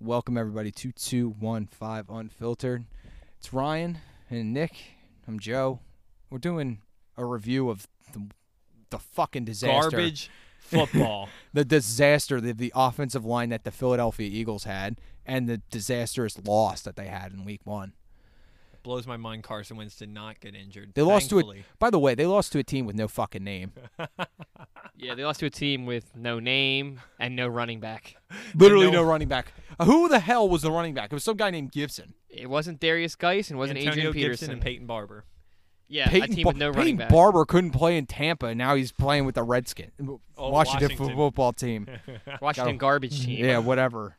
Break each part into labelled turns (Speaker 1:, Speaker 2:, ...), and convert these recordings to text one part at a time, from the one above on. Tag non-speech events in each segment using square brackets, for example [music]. Speaker 1: Welcome everybody to 215 Unfiltered. It's Ryan and Nick. I'm Joe. We're doing a review of the, the fucking disaster.
Speaker 2: Garbage
Speaker 1: [laughs]
Speaker 2: football.
Speaker 1: The disaster that the offensive line that the Philadelphia Eagles had and the disastrous loss that they had in week 1.
Speaker 2: Blows my mind Carson Wentz did not get injured.
Speaker 1: They lost to
Speaker 2: thankfully.
Speaker 1: it. By the way, they lost to a team with no fucking name.
Speaker 3: [laughs] Yeah, they lost to a team with no name and no running back.
Speaker 1: Literally no
Speaker 2: no-
Speaker 1: running back. Uh, Who the hell was the running back? It was some guy named Gibson.
Speaker 3: It wasn't Darius Geis and wasn't
Speaker 2: Antonio
Speaker 3: Adrian
Speaker 2: Gibson
Speaker 3: Peterson.
Speaker 2: and Peyton Barber.
Speaker 3: yeah, a team
Speaker 1: Bar-
Speaker 3: with no
Speaker 1: Peyton
Speaker 3: running back.
Speaker 1: Barber couldn't play in Tampa, and now he's playing with the Redskins,
Speaker 3: Oh,
Speaker 1: Washington, fo-
Speaker 2: Washington.
Speaker 1: football
Speaker 3: [laughs]
Speaker 1: team.
Speaker 3: Washington
Speaker 1: Gotta-
Speaker 3: garbage team.
Speaker 1: yeah, whatever.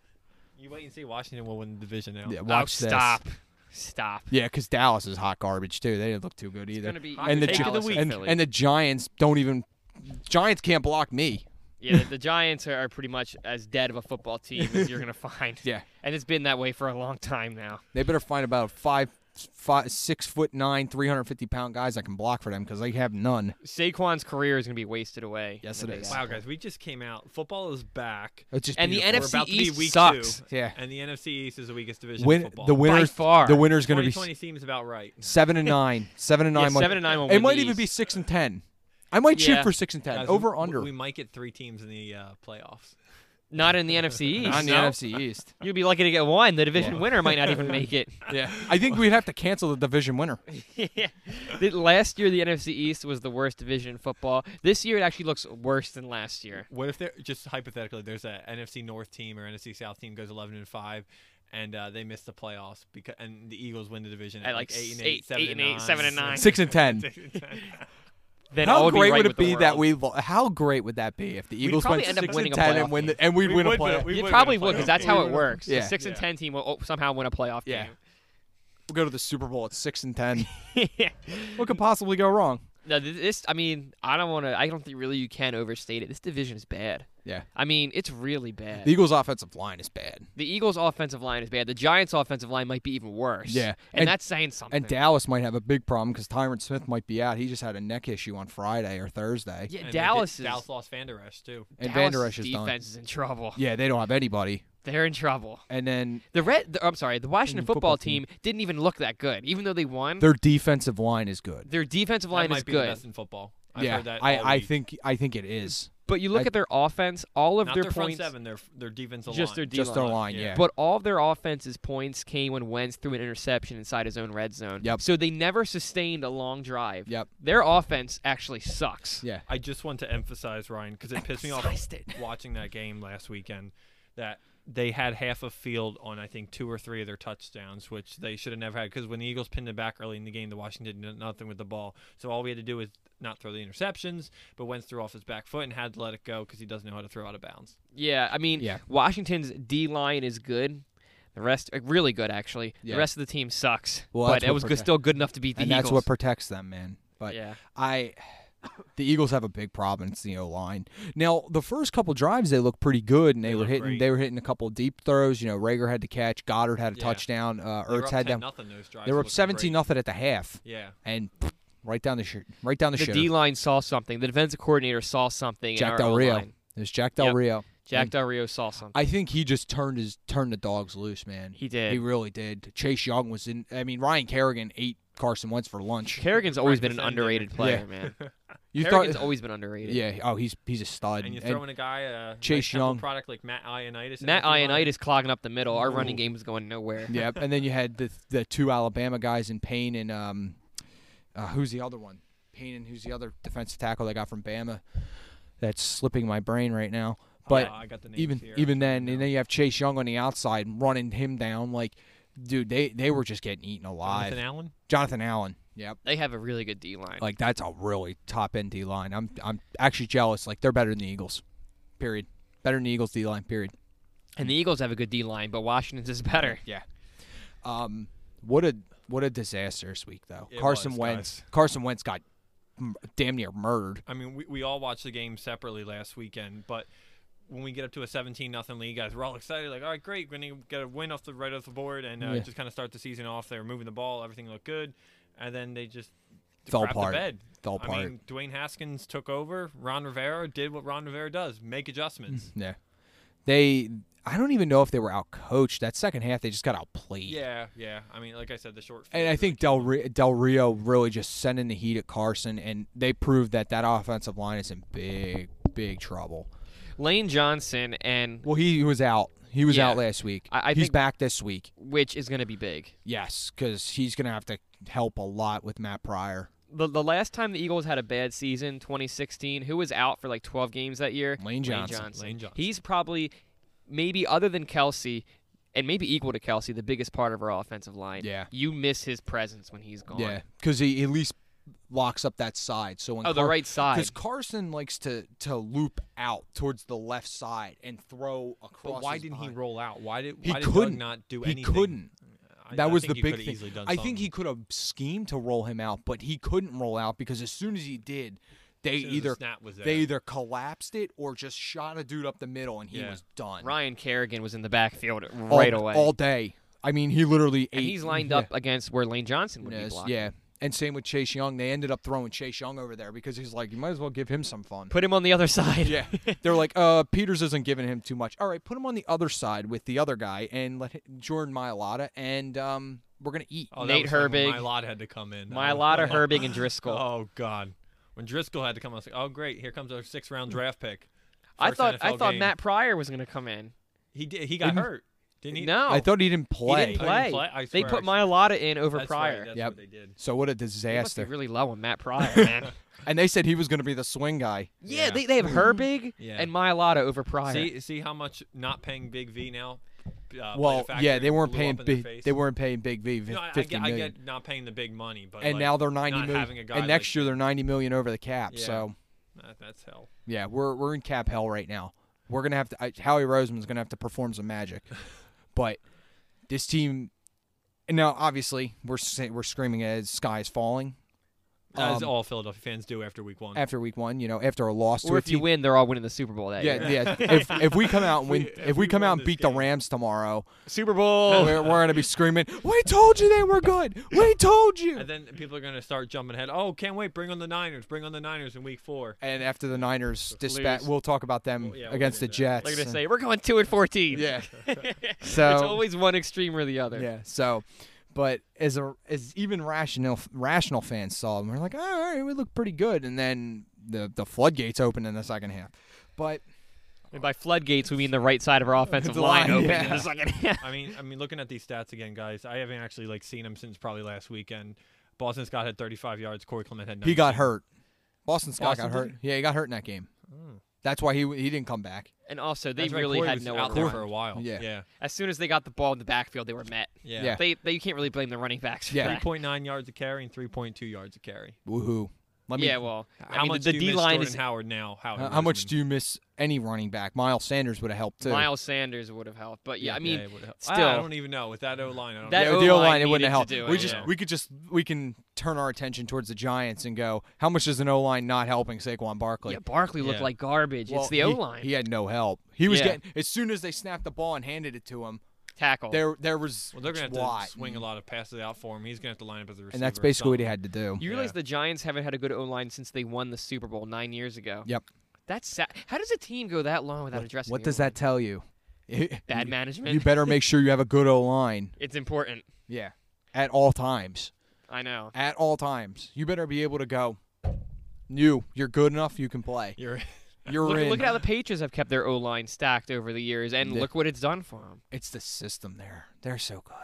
Speaker 2: You wait and see. Washington will win the division now.
Speaker 1: Yeah,
Speaker 3: Oh,
Speaker 1: watch this.
Speaker 3: stop. Stop.
Speaker 1: Yeah, because Dallas is hot garbage too. They didn't look too good either.
Speaker 3: gonna be
Speaker 1: and the
Speaker 3: Take
Speaker 1: Gi-
Speaker 3: it to the week,
Speaker 1: and,
Speaker 3: Philly.
Speaker 1: and the Giants don't even. Giants can't block me.
Speaker 3: Yeah, the, the Giants are, are pretty much as dead of a football team as you're gonna find.
Speaker 1: [laughs] Yeah.
Speaker 3: And it's been that way for a long time now.
Speaker 1: They better find about five, five, six foot nine, three hundred fifty pound guys that can block for them because they have none.
Speaker 3: Saquon's career is gonna be wasted away.
Speaker 1: Yes,
Speaker 3: in the
Speaker 1: it
Speaker 3: big
Speaker 1: is.
Speaker 2: Wow, guys, we just came out. Football is back.
Speaker 1: It's just
Speaker 3: And the
Speaker 1: beautiful.
Speaker 2: We're
Speaker 3: NFC
Speaker 2: about to be
Speaker 3: East
Speaker 2: week
Speaker 3: sucks.
Speaker 2: two.
Speaker 1: Yeah.
Speaker 2: And the NFC East is the weakest division
Speaker 1: Win,
Speaker 2: in football.
Speaker 1: the winner's
Speaker 3: far.
Speaker 1: the winner's going to be
Speaker 2: 2020 seems about right.
Speaker 1: seven and nine, seven and
Speaker 3: Yeah,
Speaker 1: nine. might-
Speaker 3: seven and nine will
Speaker 1: It
Speaker 3: win
Speaker 1: might
Speaker 3: the
Speaker 1: even be
Speaker 3: East.
Speaker 1: six and ten. I might shoot
Speaker 3: Yeah.
Speaker 1: for six and ten.
Speaker 2: Guys,
Speaker 1: Over
Speaker 2: we,
Speaker 1: under.
Speaker 2: We might get three teams in the uh, playoffs.
Speaker 3: Not in the NFC East.
Speaker 1: Not in the
Speaker 3: no.
Speaker 1: NFC East.
Speaker 3: You'd be lucky to get one. The division winner
Speaker 1: [laughs]
Speaker 3: might not even make it.
Speaker 1: Yeah, I think we'd have to cancel the division winner.
Speaker 3: yeah. The- last year, the NFC East was the worst division in football. This year, it actually looks worse than last year.
Speaker 2: What if there just hypothetically there's a NFC North team or NFC South team goes 11 and 5 and uh, they miss the playoffs because and the Eagles win the division at,
Speaker 3: At, like,
Speaker 2: 8 and 8,
Speaker 3: s- eight-
Speaker 2: 7
Speaker 3: eight
Speaker 2: and
Speaker 3: and eight,
Speaker 2: 9.
Speaker 3: seven
Speaker 2: [laughs]
Speaker 3: and nine.
Speaker 1: Six and
Speaker 3: [laughs]
Speaker 1: ten.
Speaker 3: Then all
Speaker 1: How
Speaker 3: would be
Speaker 1: great
Speaker 3: right
Speaker 1: would
Speaker 3: with
Speaker 1: it
Speaker 3: the
Speaker 1: be that
Speaker 3: world.
Speaker 1: we? lo- How great would that be if the Eagles
Speaker 3: probably
Speaker 1: went
Speaker 3: end up
Speaker 1: six
Speaker 3: winning
Speaker 1: and
Speaker 3: a
Speaker 1: ten
Speaker 3: playoff
Speaker 1: and win
Speaker 3: game.
Speaker 1: the, and we'd
Speaker 2: We
Speaker 1: win a
Speaker 2: would, but
Speaker 1: playoff?
Speaker 2: we-
Speaker 3: You
Speaker 2: win a
Speaker 3: probably
Speaker 2: playoff
Speaker 3: would, because that's
Speaker 2: game.
Speaker 3: how
Speaker 2: We
Speaker 3: it
Speaker 2: would.
Speaker 3: works.
Speaker 1: Yeah.
Speaker 3: The six and
Speaker 2: Yeah.
Speaker 3: ten team will oh, somehow win a playoff
Speaker 1: Yeah.
Speaker 3: game.
Speaker 1: We'll go to the Super Bowl at six and
Speaker 3: [laughs]
Speaker 1: ten.
Speaker 3: Yeah.
Speaker 1: what could possibly go wrong?
Speaker 3: no, th- this. I mean, I don't want to. I don't think really you can overstate it. This division is bad.
Speaker 1: Yeah,
Speaker 3: I mean, it's really bad.
Speaker 1: the Eagles' offensive line is bad,
Speaker 3: The Eagles' offensive line is bad. The Giants' offensive line might be even worse.
Speaker 1: Yeah.
Speaker 3: and,
Speaker 1: And-
Speaker 3: that's saying something.
Speaker 1: and Dallas might have a big problem because Tyron Smith might be out. He just had a neck issue on Friday or Thursday,
Speaker 3: yeah,
Speaker 2: And they did-
Speaker 3: Dallas is
Speaker 2: Dallas lost Van Der Esch too.
Speaker 1: and Van
Speaker 3: Dallas'
Speaker 1: Der Esch is done.
Speaker 3: defense is in trouble.
Speaker 1: Yeah, they don't have anybody.
Speaker 3: They're in trouble.
Speaker 1: And then
Speaker 3: The red, the, I'm sorry, the Washington
Speaker 1: Mm, football
Speaker 3: football,
Speaker 1: team.
Speaker 3: team, didn't even look that good, even though they won.
Speaker 1: their defensive line is good.
Speaker 3: their defensive
Speaker 2: That
Speaker 3: line
Speaker 2: might
Speaker 3: is
Speaker 2: be the
Speaker 3: good,
Speaker 2: best in football. I've
Speaker 1: yeah,
Speaker 2: heard that all
Speaker 1: I, I
Speaker 2: week.
Speaker 1: think I think it is.
Speaker 3: but you look
Speaker 1: I-
Speaker 3: at their offense, all of
Speaker 2: Not
Speaker 3: their,
Speaker 2: their front
Speaker 3: points,
Speaker 2: seven, their their defensive
Speaker 3: just their
Speaker 2: line.
Speaker 3: D
Speaker 1: just their
Speaker 3: line.
Speaker 1: line,
Speaker 2: yeah.
Speaker 1: yeah.
Speaker 3: But all of their offense's points came when Wentz threw an interception inside his own red zone.
Speaker 1: Yep.
Speaker 3: So they never sustained a long drive.
Speaker 1: Yep.
Speaker 3: Their offense actually sucks.
Speaker 1: yeah.
Speaker 2: I just want to emphasize Ryan because it pissed me off watching that game last weekend that they had half a field on I think two or three of their touchdowns, which they should have never had because when the Eagles pinned them back early in the game, the Washington did nothing with the ball. So all we had to do was not throw the interceptions, but Wentz threw off his back foot and had to let it go because he doesn't know how to throw out of bounds.
Speaker 3: Yeah, I mean,
Speaker 1: Yeah.
Speaker 3: Washington's D line is good. The rest, uh, really good actually.
Speaker 1: Yeah.
Speaker 3: The rest of the team sucks.
Speaker 1: Well,
Speaker 3: but
Speaker 1: that's
Speaker 3: it
Speaker 1: what
Speaker 3: was good,
Speaker 1: protect-
Speaker 3: still good enough to beat the
Speaker 1: and
Speaker 3: Eagles.
Speaker 1: that's what protects them, man. But
Speaker 3: yeah.
Speaker 1: I, the Eagles have a big problem. It's the O line. Now, the first couple drives they looked pretty good, and they,
Speaker 2: They
Speaker 1: were
Speaker 2: looked
Speaker 1: hitting.
Speaker 2: great.
Speaker 1: They were hitting a couple deep throws. You know, Rager had to catch. Goddard had a
Speaker 2: Yeah.
Speaker 1: touchdown. Uh,
Speaker 2: They were
Speaker 1: Ertz
Speaker 2: up
Speaker 1: had
Speaker 2: 10
Speaker 1: them.
Speaker 2: nothing those drives.
Speaker 1: They were
Speaker 2: It
Speaker 1: up
Speaker 2: looked
Speaker 1: seventeen
Speaker 2: great.
Speaker 1: nothing at the half, [laughs]
Speaker 2: Yeah.
Speaker 1: and right down the sh- right down the,
Speaker 3: the
Speaker 1: shitter.
Speaker 3: D line saw something. The defensive coordinator saw something.
Speaker 1: Jack
Speaker 3: in our
Speaker 1: Del Rio.
Speaker 3: O-line.
Speaker 1: It was Jack Del
Speaker 3: Yep.
Speaker 1: Rio.
Speaker 3: Jack
Speaker 1: And-
Speaker 3: Del Rio saw something.
Speaker 1: I think he just turned his turned the dogs loose, man.
Speaker 3: He did.
Speaker 1: He really did. Chase Young was in. I mean, Ryan Kerrigan ate Carson Wentz for lunch.
Speaker 3: Kerrigan's always been an
Speaker 2: Breakfast ended.
Speaker 3: underrated player, [laughs] man.
Speaker 1: You
Speaker 3: Kerrigan's always been underrated.
Speaker 1: Yeah. Oh, he's he's a stud.
Speaker 2: [laughs] And you
Speaker 1: And-
Speaker 2: throw in a guy, uh,
Speaker 1: Chase
Speaker 2: like Temple
Speaker 1: Young.
Speaker 2: product like Matt Ioannidis. and
Speaker 3: Matt
Speaker 2: everyone.
Speaker 3: Ioannidis clogging up the middle. Our running
Speaker 2: Ooh.
Speaker 3: game is going nowhere.
Speaker 1: yep. And then you had the the two Alabama guys in Payne and um, uh, who's the other one? Payne and who's the other defensive tackle they got from Bama? That's slipping my brain right now. But
Speaker 2: Yeah, I got the names
Speaker 1: even
Speaker 2: here.
Speaker 1: even then,
Speaker 2: No.
Speaker 1: and then you have Chase Young on the outside running him down. Like, dude, they they were just getting eaten alive.
Speaker 2: Jonathan Allen.
Speaker 1: Jonathan Allen. Yep.
Speaker 3: They have a really good D line.
Speaker 1: Like that's a really top end D line. I'm I'm actually jealous. Like they're better than the Eagles. Period. Better than the Eagles D line. Period.
Speaker 3: and the Eagles have a good D line, but Washington's is [laughs] better.
Speaker 1: Yeah. Um. What a what a disastrous week though.
Speaker 2: It
Speaker 1: Carson
Speaker 2: was,
Speaker 1: Wentz.
Speaker 2: guys.
Speaker 1: Carson Wentz got m- damn near murdered.
Speaker 2: I mean, we, we all watched the game separately last weekend, but when we get up to a 17 nothing lead, guys, we're all excited. Like, all right, great, we're gonna get a win off the right off the board, and uh,
Speaker 1: Yeah.
Speaker 2: just kind of start the season off. They were moving the ball, everything looked good, and then they just
Speaker 1: Fell
Speaker 2: crapped
Speaker 1: apart.
Speaker 2: The bed.
Speaker 1: Fell
Speaker 2: I
Speaker 1: apart.
Speaker 2: mean, Dwayne Haskins took over. Ron Rivera did what Ron Rivera does: make adjustments.
Speaker 1: Yeah. They I don't even know if they were out coached. That second half, they just got outplayed.
Speaker 2: Yeah, yeah. I mean, like I said, the short.
Speaker 1: Mm-hmm. And I
Speaker 2: fields are-
Speaker 1: think Del, Re- Del Rio really just sending the heat at Carson, and they proved that that offensive line is in big, big trouble.
Speaker 3: Lane Johnson and
Speaker 1: Well, he was out. He was
Speaker 3: Yeah.
Speaker 1: out last week.
Speaker 3: I- I
Speaker 1: he's
Speaker 3: think-
Speaker 1: back this week.
Speaker 3: which is going to be big.
Speaker 1: Yes, because he's gonna have to help a lot with Matt Pryor.
Speaker 3: The, the last time the Eagles had a bad season, 2016, who was out for like 12 games that year?
Speaker 1: Lane Johnson.
Speaker 2: Lane Johnson.
Speaker 3: He's probably maybe other than Kelsey and maybe equal to Kelsey, the biggest part of our offensive line.
Speaker 1: Yeah.
Speaker 3: You miss his presence when he's gone.
Speaker 1: Yeah, because he at least locks up that side. So when
Speaker 3: Oh, the right side.
Speaker 1: because Carson likes to to loop out towards the left side and throw across.
Speaker 2: But why
Speaker 1: his
Speaker 2: didn't he
Speaker 1: line.
Speaker 2: roll out? Why did
Speaker 1: He
Speaker 2: why did
Speaker 1: couldn't.
Speaker 2: Doug not do
Speaker 1: he
Speaker 2: anything?
Speaker 1: couldn't.
Speaker 2: I,
Speaker 1: That
Speaker 2: I
Speaker 1: was
Speaker 2: think
Speaker 1: the
Speaker 2: you
Speaker 1: big
Speaker 2: could've
Speaker 1: thing.
Speaker 2: Easily done
Speaker 1: I think
Speaker 2: something.
Speaker 1: he could have schemed to roll him out, but he couldn't roll out because as soon as he did, they
Speaker 2: As soon as the
Speaker 1: either
Speaker 2: snap was there.
Speaker 1: they either collapsed it or just shot a dude up the middle and he
Speaker 2: Yeah.
Speaker 1: was done.
Speaker 3: Ryan Kerrigan was in the backfield
Speaker 1: all,
Speaker 3: right away.
Speaker 1: all day. I mean, he literally
Speaker 3: and
Speaker 1: ate.
Speaker 3: he's lined
Speaker 1: yeah.
Speaker 3: up against where Lane Johnson would be
Speaker 1: Yes,
Speaker 3: blocked.
Speaker 1: yeah. And same with Chase Young. They ended up throwing Chase Young over there because he's like, you might as well give him some
Speaker 2: [laughs]
Speaker 1: fun.
Speaker 3: Put him on the other [laughs] side.
Speaker 1: Yeah. They're like, uh, Peters isn't giving him too much. All right, put him on the other side with the other guy and let hi- Jordan Mailata, and um, we're going to eat.
Speaker 2: oh, that
Speaker 3: Nate
Speaker 2: was like when
Speaker 3: Herbig.
Speaker 2: My lot had to come in. [laughs]
Speaker 3: Mylotta, Herbig, and Driscoll.
Speaker 2: Oh God, when Driscoll had to come, I was like, oh great, here comes our sixth round draft pick.
Speaker 3: Mm. I
Speaker 2: First
Speaker 3: thought I
Speaker 2: NFL
Speaker 3: thought
Speaker 2: game.
Speaker 3: Matt Pryor was going to come in.
Speaker 2: he did, he got
Speaker 1: Didn't-
Speaker 2: hurt, didn't he?
Speaker 3: no,
Speaker 1: I thought he didn't
Speaker 3: he
Speaker 1: play.
Speaker 3: didn't
Speaker 2: Oh,
Speaker 3: play.
Speaker 2: he didn't play? I
Speaker 3: They
Speaker 2: swear
Speaker 3: put
Speaker 2: I-
Speaker 3: Mylotta in over
Speaker 2: That's
Speaker 3: Pryor.
Speaker 2: Right, that's
Speaker 1: Yep.
Speaker 2: what they did.
Speaker 1: So what a
Speaker 3: They must be
Speaker 1: disaster.
Speaker 3: really low on Matt Pryor, [laughs] man.
Speaker 1: and they said he was going to be the swing guy.
Speaker 3: yeah,
Speaker 2: Yeah.
Speaker 3: They, they have
Speaker 1: [laughs]
Speaker 3: Herbig
Speaker 2: Yeah.
Speaker 3: and Mylotta over Pryor.
Speaker 2: See, see how much not paying Big V now. Uh,
Speaker 1: well, yeah, they weren't paying
Speaker 2: big.
Speaker 1: big. They weren't paying Big V
Speaker 2: No, I, I
Speaker 1: fifty
Speaker 2: get, I
Speaker 1: million.
Speaker 2: get not paying the big money, but
Speaker 1: and
Speaker 2: like,
Speaker 1: now they're ninety
Speaker 2: not
Speaker 1: million.
Speaker 2: having a guy
Speaker 1: and next
Speaker 2: like-
Speaker 1: year they're ninety million over the cap.
Speaker 2: Yeah.
Speaker 1: So
Speaker 2: that- that's hell.
Speaker 1: yeah, we're we're in cap hell right now. We're gonna have to. I, Howie Roseman's gonna have to perform some magic, but this team. And now, obviously, we're sa- we're screaming as sky is falling
Speaker 2: As
Speaker 1: Um,
Speaker 2: all Philadelphia fans do after week one.
Speaker 1: after week one. You know, after a loss to
Speaker 3: or
Speaker 1: a
Speaker 3: if you
Speaker 1: team-
Speaker 3: win, they're all winning the Super Bowl
Speaker 1: [laughs]
Speaker 3: that
Speaker 1: Yeah,
Speaker 3: year.
Speaker 1: yeah. If if we come out and win,
Speaker 2: If we-
Speaker 1: if we
Speaker 2: if
Speaker 1: come
Speaker 2: we
Speaker 1: out
Speaker 2: won
Speaker 1: and
Speaker 2: this
Speaker 1: beat the
Speaker 2: game.
Speaker 1: Rams tomorrow,
Speaker 3: Super Bowl.
Speaker 1: we're, we're gonna be screaming. We told you they were good. We told you.
Speaker 2: and then people are going to start jumping ahead. Oh, can't wait. Bring on the Niners. Bring on the Niners in week four.
Speaker 1: And after the Niners dispatch,
Speaker 3: Lose.
Speaker 1: we'll talk about them
Speaker 2: Well, yeah, we'll
Speaker 1: against
Speaker 2: do
Speaker 1: the
Speaker 2: that.
Speaker 1: Jets.
Speaker 3: [laughs] They're gonna
Speaker 1: and-
Speaker 3: say we're going two and fourteen.
Speaker 1: yeah. [laughs]
Speaker 3: it's
Speaker 1: So
Speaker 3: always one extreme or the other.
Speaker 1: yeah. So, but as a as even rational rational fans saw them, we're like, oh, all right, we look pretty good. And then the the floodgates open in the second half. But
Speaker 3: And by floodgates, we mean the right side
Speaker 1: [laughs]
Speaker 3: of our offensive
Speaker 1: The
Speaker 3: line,
Speaker 1: line,
Speaker 3: open.
Speaker 1: yeah.
Speaker 3: in the second half.
Speaker 2: I mean, I mean, looking at these stats again, guys, I haven't actually like seen them since probably last weekend. Boston Scott had 35 yards. Corey Clement had. 19.
Speaker 1: he got hurt. Boston Scott
Speaker 2: Boston
Speaker 1: got hurt.
Speaker 2: did?
Speaker 1: Yeah, he got hurt in that game.
Speaker 3: Hmm.
Speaker 1: That's why he he didn't come back.
Speaker 3: And also, they
Speaker 2: That's right,
Speaker 3: really
Speaker 2: Corey
Speaker 3: had
Speaker 2: was
Speaker 3: no
Speaker 2: out there
Speaker 3: outlet.
Speaker 2: for a while.
Speaker 1: Yeah.
Speaker 2: yeah,
Speaker 3: As soon as they got the ball in the backfield, they were met.
Speaker 2: yeah.
Speaker 1: Yeah.
Speaker 3: They, they you can't really blame the running backs for
Speaker 1: Yeah.
Speaker 3: that.
Speaker 2: 3.9 yards a carry and 3.2 yards a carry.
Speaker 1: Woohoo! Let me
Speaker 3: yeah, well, I
Speaker 2: how
Speaker 3: mean,
Speaker 2: much
Speaker 3: the
Speaker 2: do you
Speaker 3: D
Speaker 2: miss
Speaker 3: line
Speaker 2: Jordan
Speaker 3: is
Speaker 2: Howard now? Howard
Speaker 1: How, how much
Speaker 2: Roseman?
Speaker 1: do you miss any running back? Miles Sanders would have helped too.
Speaker 3: Miles Sanders would have helped, but yeah, I mean,
Speaker 2: Yeah, it would help.
Speaker 3: still,
Speaker 2: I don't even know with that O line. I don't
Speaker 3: That
Speaker 1: yeah,
Speaker 2: know.
Speaker 1: with the
Speaker 3: O-line
Speaker 1: O line, it
Speaker 3: oh, needed
Speaker 1: wouldn't have
Speaker 3: to do
Speaker 1: helped. We
Speaker 3: it,
Speaker 1: just
Speaker 2: yeah.
Speaker 1: we could just we can turn our attention towards the Giants and go, how much is an O line not helping Saquon Barkley?
Speaker 3: yeah, Barkley looked
Speaker 2: Yeah.
Speaker 3: like garbage.
Speaker 1: Well,
Speaker 3: it's the
Speaker 1: he-
Speaker 3: O line
Speaker 1: He, had no help. He was
Speaker 3: Yeah. Oh.
Speaker 1: getting as soon as they snapped the ball and handed it to him.
Speaker 3: tackle.
Speaker 1: There there was
Speaker 2: Well, they're gonna have
Speaker 1: Watt,
Speaker 2: to swing a lot of passes out for him. He's gonna have to line up as a receiver.
Speaker 1: and that's
Speaker 2: or
Speaker 1: basically what he
Speaker 2: something.
Speaker 1: had to do.
Speaker 3: you realize
Speaker 2: yeah.
Speaker 3: the Giants haven't had a good O line since they won the Super Bowl nine years ago.
Speaker 1: Yep.
Speaker 3: That's sad. How does a team go that long without addressing?
Speaker 1: What
Speaker 3: the
Speaker 1: does
Speaker 3: O-line?
Speaker 1: that tell [laughs] you?
Speaker 3: Bad
Speaker 1: You
Speaker 3: management.
Speaker 1: better make sure you have a good O line.
Speaker 3: it's important.
Speaker 1: Yeah. At all times.
Speaker 3: I know.
Speaker 1: At all times. You better be able to go. You, you're good enough. You can play.
Speaker 2: You're
Speaker 1: You're
Speaker 3: Look,
Speaker 1: in.
Speaker 3: look at how the Patriots have kept their O line stacked over the years, and
Speaker 1: Yeah.
Speaker 3: look what it's done for them.
Speaker 1: It's the system there. They're so good.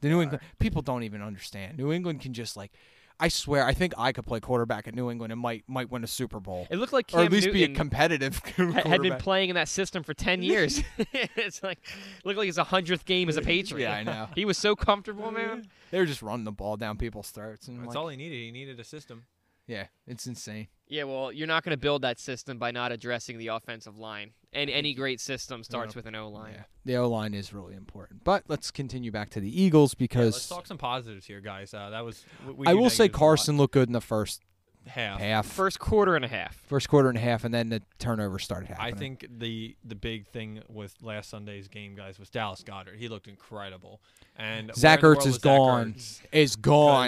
Speaker 1: The New England people don't even understand. New England can just like, I swear, I think I could play quarterback at New England and might might win a Super Bowl
Speaker 3: It looked like Cam
Speaker 1: or at least
Speaker 3: Newton
Speaker 1: be a competitive [laughs]
Speaker 3: ha-
Speaker 1: quarterback.
Speaker 3: had been playing in that system for ten years. [laughs] it's like looked like his hundredth game as a Patriot.
Speaker 1: Yeah, I
Speaker 3: [laughs]
Speaker 1: know.
Speaker 3: He was so comfortable, man.
Speaker 1: they were just running the ball down people's throats. And I'm
Speaker 2: [laughs] That's
Speaker 1: like,
Speaker 2: all he needed. He needed a system.
Speaker 1: yeah, it's insane.
Speaker 3: Yeah, well, you're not going to build that system by not addressing the offensive line. And any great system starts with an O line.
Speaker 1: Yeah, the O line is really important. But let's continue back to the Eagles because
Speaker 2: Let's talk some positives here, guys. Uh, that was. We, we
Speaker 1: I
Speaker 2: do
Speaker 1: will say
Speaker 2: negatives a lot. Uh,
Speaker 1: Carson looked good in the first
Speaker 2: half.
Speaker 1: half first,
Speaker 3: First quarter and a half.
Speaker 1: quarter and a half, and then the turnover started happening.
Speaker 2: I think the the big thing with last Sunday's game, guys, was Dallas Goddard. He looked incredible, and where
Speaker 1: Zach
Speaker 2: in the world
Speaker 1: Ertz
Speaker 2: was
Speaker 1: is
Speaker 2: Zach
Speaker 1: gone.
Speaker 2: Ertz?
Speaker 1: Is
Speaker 2: 'Cause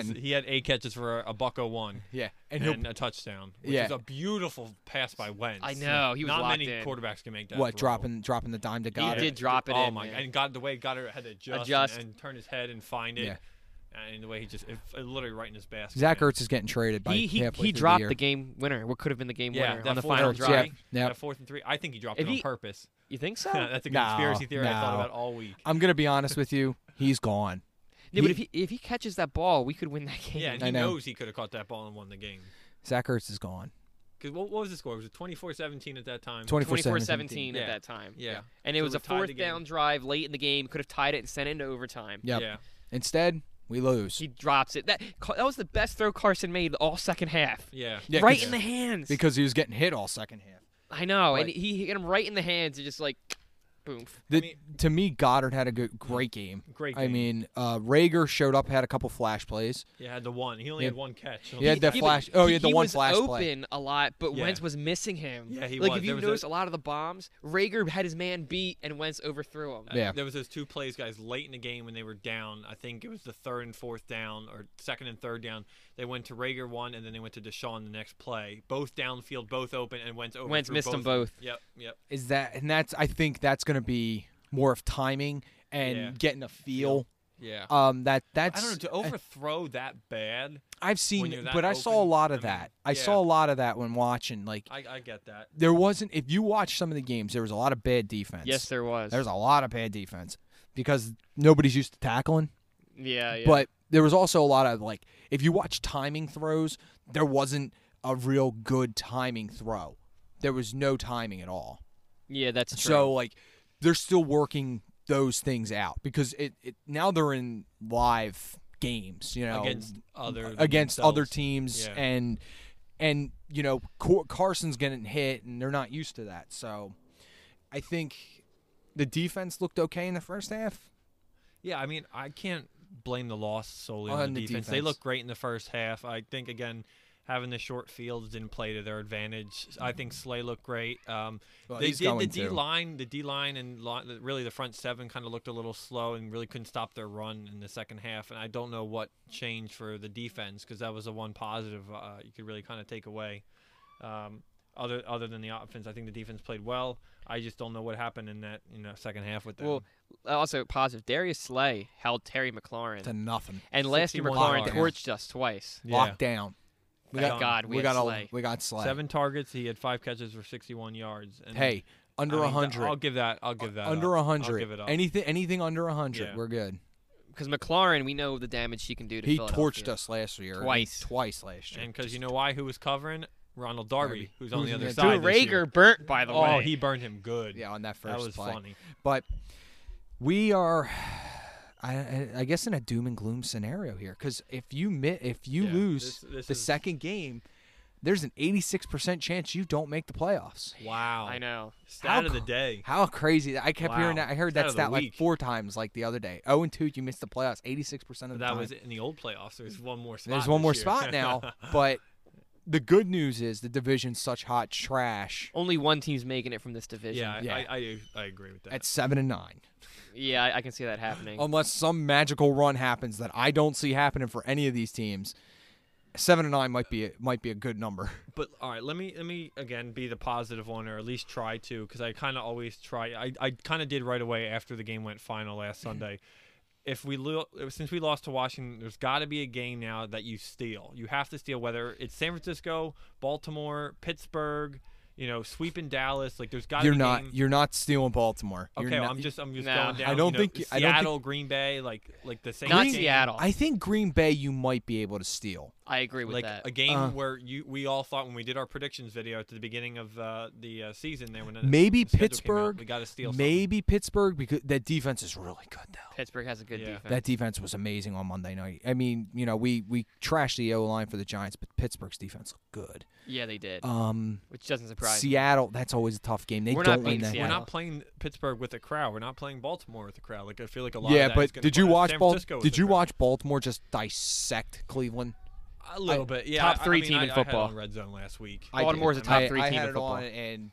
Speaker 1: gone.
Speaker 2: He had eight catches for a buck o one
Speaker 1: Yeah, and
Speaker 2: and,
Speaker 1: he'll
Speaker 2: a touchdown, which
Speaker 1: Yeah.
Speaker 2: is a beautiful pass by Wentz.
Speaker 3: I know, he was
Speaker 2: not
Speaker 3: locked
Speaker 2: many
Speaker 3: in.
Speaker 2: quarterbacks can make that.
Speaker 1: what
Speaker 2: throw.
Speaker 1: dropping dropping the dime to God.
Speaker 3: He did drop it
Speaker 2: Oh
Speaker 3: in,
Speaker 2: my!
Speaker 3: yeah.
Speaker 2: And got the way Goddard had to adjust,
Speaker 3: Adjust.
Speaker 2: And, and turn his head and find it,
Speaker 1: Yeah.
Speaker 2: and the way he just it, it literally right in his basket.
Speaker 1: Zach
Speaker 2: man.
Speaker 1: Ertz is getting traded by
Speaker 3: He he,
Speaker 1: halfway
Speaker 3: he
Speaker 1: through
Speaker 3: dropped the,
Speaker 1: year.
Speaker 3: game winner. What could have been the game
Speaker 2: yeah,
Speaker 3: winner
Speaker 2: that
Speaker 3: on the
Speaker 2: fourth
Speaker 3: final
Speaker 2: and
Speaker 1: yeah,
Speaker 2: three,
Speaker 3: drive.
Speaker 1: yeah.
Speaker 2: that fourth and three. I think he dropped
Speaker 3: If
Speaker 2: it on
Speaker 3: he-
Speaker 2: purpose. [laughs]
Speaker 3: You think so? yeah,
Speaker 2: That's a
Speaker 1: No,
Speaker 2: conspiracy theory I thought
Speaker 1: no.
Speaker 2: about all week.
Speaker 1: I'm gonna be honest with you. He's gone.
Speaker 3: but if he if he catches that ball, we could win that game.
Speaker 2: Yeah, and
Speaker 1: I
Speaker 2: he
Speaker 1: know.
Speaker 2: knows he could have caught that ball and won the game.
Speaker 1: Zach Ertz is gone.
Speaker 2: Because what, what was the score? Was it 24-17 at that time?
Speaker 1: 24
Speaker 3: 24-17 at
Speaker 2: Yeah.
Speaker 3: that time.
Speaker 2: Yeah.
Speaker 3: And it
Speaker 2: So
Speaker 3: was
Speaker 2: we
Speaker 3: a
Speaker 2: tied the
Speaker 3: fourth
Speaker 2: game.
Speaker 3: down drive late in the game. Could have tied it and sent it into overtime.
Speaker 1: Yep.
Speaker 2: Yeah.
Speaker 1: Instead, we lose
Speaker 3: He drops it. That Car- that was the best throw Carson made all second half.
Speaker 2: Yeah.
Speaker 1: Yeah,
Speaker 3: right
Speaker 1: 'cause-
Speaker 3: in the hands.
Speaker 1: because he was getting hit all second half.
Speaker 3: I know, and
Speaker 1: Right.
Speaker 3: he hit him right in the hands and just like, boom.
Speaker 1: The,
Speaker 2: mean-
Speaker 1: to me, Goddard had a good, great game.
Speaker 2: Great
Speaker 1: I
Speaker 2: game.
Speaker 1: mean, uh, Rager showed up, had a couple flash plays.
Speaker 2: Yeah, had the one. He only
Speaker 1: Yeah.
Speaker 2: had one catch.
Speaker 1: He had that
Speaker 3: Yeah, but
Speaker 1: flash. Oh, he had the one
Speaker 3: was
Speaker 1: flash
Speaker 3: open
Speaker 1: play.
Speaker 3: a lot, but
Speaker 2: Yeah.
Speaker 3: Wentz was missing him.
Speaker 2: Yeah, he
Speaker 3: like
Speaker 2: was.
Speaker 3: if
Speaker 2: There
Speaker 3: you
Speaker 2: was
Speaker 3: notice
Speaker 2: a-
Speaker 3: a, lot of the bombs, Rager had his man beat and Wentz overthrew him.
Speaker 2: Uh,
Speaker 1: Yeah.
Speaker 2: There was those two plays, guys, late in the game when they were down. I think it was the third and fourth down or second and third down. They went to Rager one, and then they went to Deshaun the next play. Both downfield, both open, and Wentz over.
Speaker 3: Wentz missed
Speaker 2: both.
Speaker 3: them both.
Speaker 2: Yep, yep.
Speaker 1: Is that and that's? I think that's going to be more of timing and
Speaker 2: Yeah.
Speaker 1: getting a feel.
Speaker 2: Yeah.
Speaker 1: Um, that
Speaker 2: I
Speaker 1: that's.
Speaker 2: don't know to overthrow that bad.
Speaker 1: I've
Speaker 2: when
Speaker 1: seen,
Speaker 2: you're that
Speaker 1: but I saw a
Speaker 2: open,
Speaker 1: lot
Speaker 2: I
Speaker 1: of
Speaker 2: mean,
Speaker 1: that. I
Speaker 2: yeah.
Speaker 1: saw a lot of that when watching. Like
Speaker 2: I, I get that.
Speaker 1: there wasn't. If you watch some of the games, there was a lot of bad defense.
Speaker 3: Yes, there was.
Speaker 1: There's a lot of bad defense because nobody's used to tackling.
Speaker 3: yeah, yeah.
Speaker 1: But there was also a lot of like, if you watch timing throws, there wasn't a real good timing throw. There was no timing at all.
Speaker 3: yeah, that's true.
Speaker 1: So like, they're still working those things out because it, it now they're in live games, you know,
Speaker 2: Against other than
Speaker 1: against other
Speaker 2: themselves.
Speaker 1: teams
Speaker 2: Yeah.
Speaker 1: and and you know Cor- Carson's getting hit and they're not used to that. So I think the defense looked okay in the first half.
Speaker 2: Yeah, I mean, I can't blame the loss solely on,
Speaker 1: On
Speaker 2: the,
Speaker 1: the
Speaker 2: defense. They
Speaker 1: defense.
Speaker 2: looked great in the first half. I think again, having the short fields didn't play to their advantage. I think Slay looked great. Um,
Speaker 1: Mm-hmm. Well,
Speaker 2: they
Speaker 1: he's
Speaker 2: did the
Speaker 1: going
Speaker 2: D
Speaker 1: to.
Speaker 2: line, the D line, and li- the- really the front seven kind of looked a little slow and really couldn't stop their run in the second half. And I don't know what changed for the defense because that was the one positive uh, you could really kind of take away. Um, other other than the offense, I think the defense played well. I just don't know what happened in that you know second
Speaker 1: uh,
Speaker 2: half with them.
Speaker 3: well, also positive. Darius Slay held Terry
Speaker 1: To
Speaker 3: McLaurin,
Speaker 1: nothing.
Speaker 3: and last year
Speaker 2: 61
Speaker 3: McLaurin
Speaker 1: yards.
Speaker 3: torched us twice.
Speaker 2: Yeah.
Speaker 1: Locked down. We
Speaker 2: Thank
Speaker 1: got
Speaker 3: God
Speaker 1: we
Speaker 3: we had
Speaker 1: got
Speaker 3: Slay.
Speaker 1: we got Slay.
Speaker 2: Seven targets. He had five catches for 61 yards. And
Speaker 1: Hey,
Speaker 2: I
Speaker 1: under a
Speaker 2: mean, th- I'll
Speaker 1: 100.
Speaker 2: give that. I'll give that.
Speaker 1: Under
Speaker 2: up.
Speaker 1: a
Speaker 2: I'll
Speaker 1: 100.
Speaker 2: give it up.
Speaker 1: Anything anything under a 100,
Speaker 2: Yeah.
Speaker 1: we're good.
Speaker 3: Because McLaurin, we know the damage he can do to
Speaker 1: He
Speaker 3: Philadelphia.
Speaker 1: torched us last year.
Speaker 3: Twice.
Speaker 1: Twice last year.
Speaker 2: and because you know why? Who was covering? Ronald Darby,
Speaker 1: Darby.
Speaker 2: who's on
Speaker 1: Who's
Speaker 2: the other
Speaker 1: gonna
Speaker 2: side.
Speaker 3: Dude,
Speaker 2: this
Speaker 3: Rager
Speaker 2: year.
Speaker 3: burnt by the way.
Speaker 2: Oh, he burned him good.
Speaker 1: yeah, on that first
Speaker 2: that was
Speaker 1: play.
Speaker 2: funny.
Speaker 1: But we are I- I, I guess in a doom and gloom scenario here cuz if you mi- if you
Speaker 2: Yeah,
Speaker 1: lose
Speaker 2: this- this
Speaker 1: the
Speaker 2: is-
Speaker 1: second game, there's an 86% chance you don't make the playoffs.
Speaker 2: Wow.
Speaker 3: I know.
Speaker 2: Stat
Speaker 1: How
Speaker 2: of the
Speaker 1: cr-
Speaker 2: day.
Speaker 1: How crazy! I kept hearing
Speaker 2: Wow.
Speaker 1: that. I heard
Speaker 2: Stat
Speaker 1: that
Speaker 2: of the
Speaker 1: stat like
Speaker 2: week.
Speaker 1: four times, like the other day. Oh and two, you missed the playoffs. Eighty-six percent of the
Speaker 2: That
Speaker 1: time.
Speaker 2: was in the old playoffs. There's one more spot.
Speaker 1: There's one
Speaker 2: this
Speaker 1: more
Speaker 2: year.
Speaker 1: spot now, but the good news is the division's such hot trash
Speaker 3: Only one team's making it from this division.
Speaker 2: [laughs] yeah, I-
Speaker 1: Yeah.
Speaker 2: I, I I agree with that.
Speaker 1: at seven and nine.
Speaker 3: yeah, I, I can see that happening.
Speaker 1: Unless some magical run happens that I don't see happening for any of these teams, seven and nine might be a, might be a good number.
Speaker 2: But all right, let me let me again be the positive one, or at least try to, because I kind of always try. I, I kind of did right away after the game went final last
Speaker 1: Mm-hmm.
Speaker 2: Sunday. If we lo- since we lost to Washington, there's got to be a game now that you steal. You have to steal whether it's San Francisco, Baltimore, Pittsburgh, you know, sweeping Dallas. Like there's got to
Speaker 1: You're
Speaker 2: be a
Speaker 1: not
Speaker 2: game-
Speaker 1: you're not stealing Baltimore. You're
Speaker 2: okay, well,
Speaker 1: not-
Speaker 2: I'm just I'm just
Speaker 3: Nah.
Speaker 2: going down.
Speaker 1: I don't
Speaker 2: you know,
Speaker 1: think you- I
Speaker 2: Seattle,
Speaker 1: don't think-
Speaker 2: Green Bay, like like the same.
Speaker 3: Not
Speaker 2: game,
Speaker 3: Seattle.
Speaker 1: I think Green Bay you might be able to steal.
Speaker 3: I agree with
Speaker 2: like
Speaker 3: that.
Speaker 2: a game
Speaker 1: Uh.
Speaker 2: where you we all thought when we did our predictions video at the beginning of uh, the uh, season there when the-
Speaker 1: Maybe
Speaker 2: the schedule came out,
Speaker 1: Pittsburgh,
Speaker 2: we got to steal something.
Speaker 1: Maybe Pittsburgh because that defense is really good though.
Speaker 3: Pittsburgh has a good
Speaker 2: Yeah.
Speaker 3: defense.
Speaker 1: That defense was amazing on Monday night. I mean, you know, we we trashed the O line for the Giants, but Pittsburgh's defense looked good.
Speaker 3: yeah, they did,
Speaker 1: Um,
Speaker 3: which doesn't surprise me.
Speaker 1: Seattle, that's always a tough game. They
Speaker 3: We're not
Speaker 1: don't win
Speaker 3: beating
Speaker 1: that.
Speaker 2: We're
Speaker 1: game.
Speaker 3: Seattle.
Speaker 2: not playing Pittsburgh with a crowd. We're not playing Baltimore with a crowd. Like I feel like a lot.
Speaker 1: Yeah,
Speaker 2: of that
Speaker 1: but
Speaker 2: is gonna
Speaker 1: did
Speaker 2: come
Speaker 1: you
Speaker 2: out of
Speaker 1: watch
Speaker 2: San
Speaker 1: Bal-
Speaker 2: Francisco with
Speaker 1: Did
Speaker 2: a
Speaker 1: you
Speaker 2: crowd.
Speaker 1: watch Baltimore just dissect Cleveland?
Speaker 2: A little bit, yeah.
Speaker 3: top
Speaker 2: I-
Speaker 3: three
Speaker 2: I mean,
Speaker 3: team
Speaker 2: I-
Speaker 3: in
Speaker 2: I had it
Speaker 3: football.
Speaker 2: on red zone last week.
Speaker 1: I
Speaker 3: Baltimore's
Speaker 1: did.
Speaker 3: a top
Speaker 1: I-
Speaker 3: three
Speaker 1: I
Speaker 3: team
Speaker 1: had
Speaker 3: in
Speaker 1: it on,
Speaker 3: football.
Speaker 1: and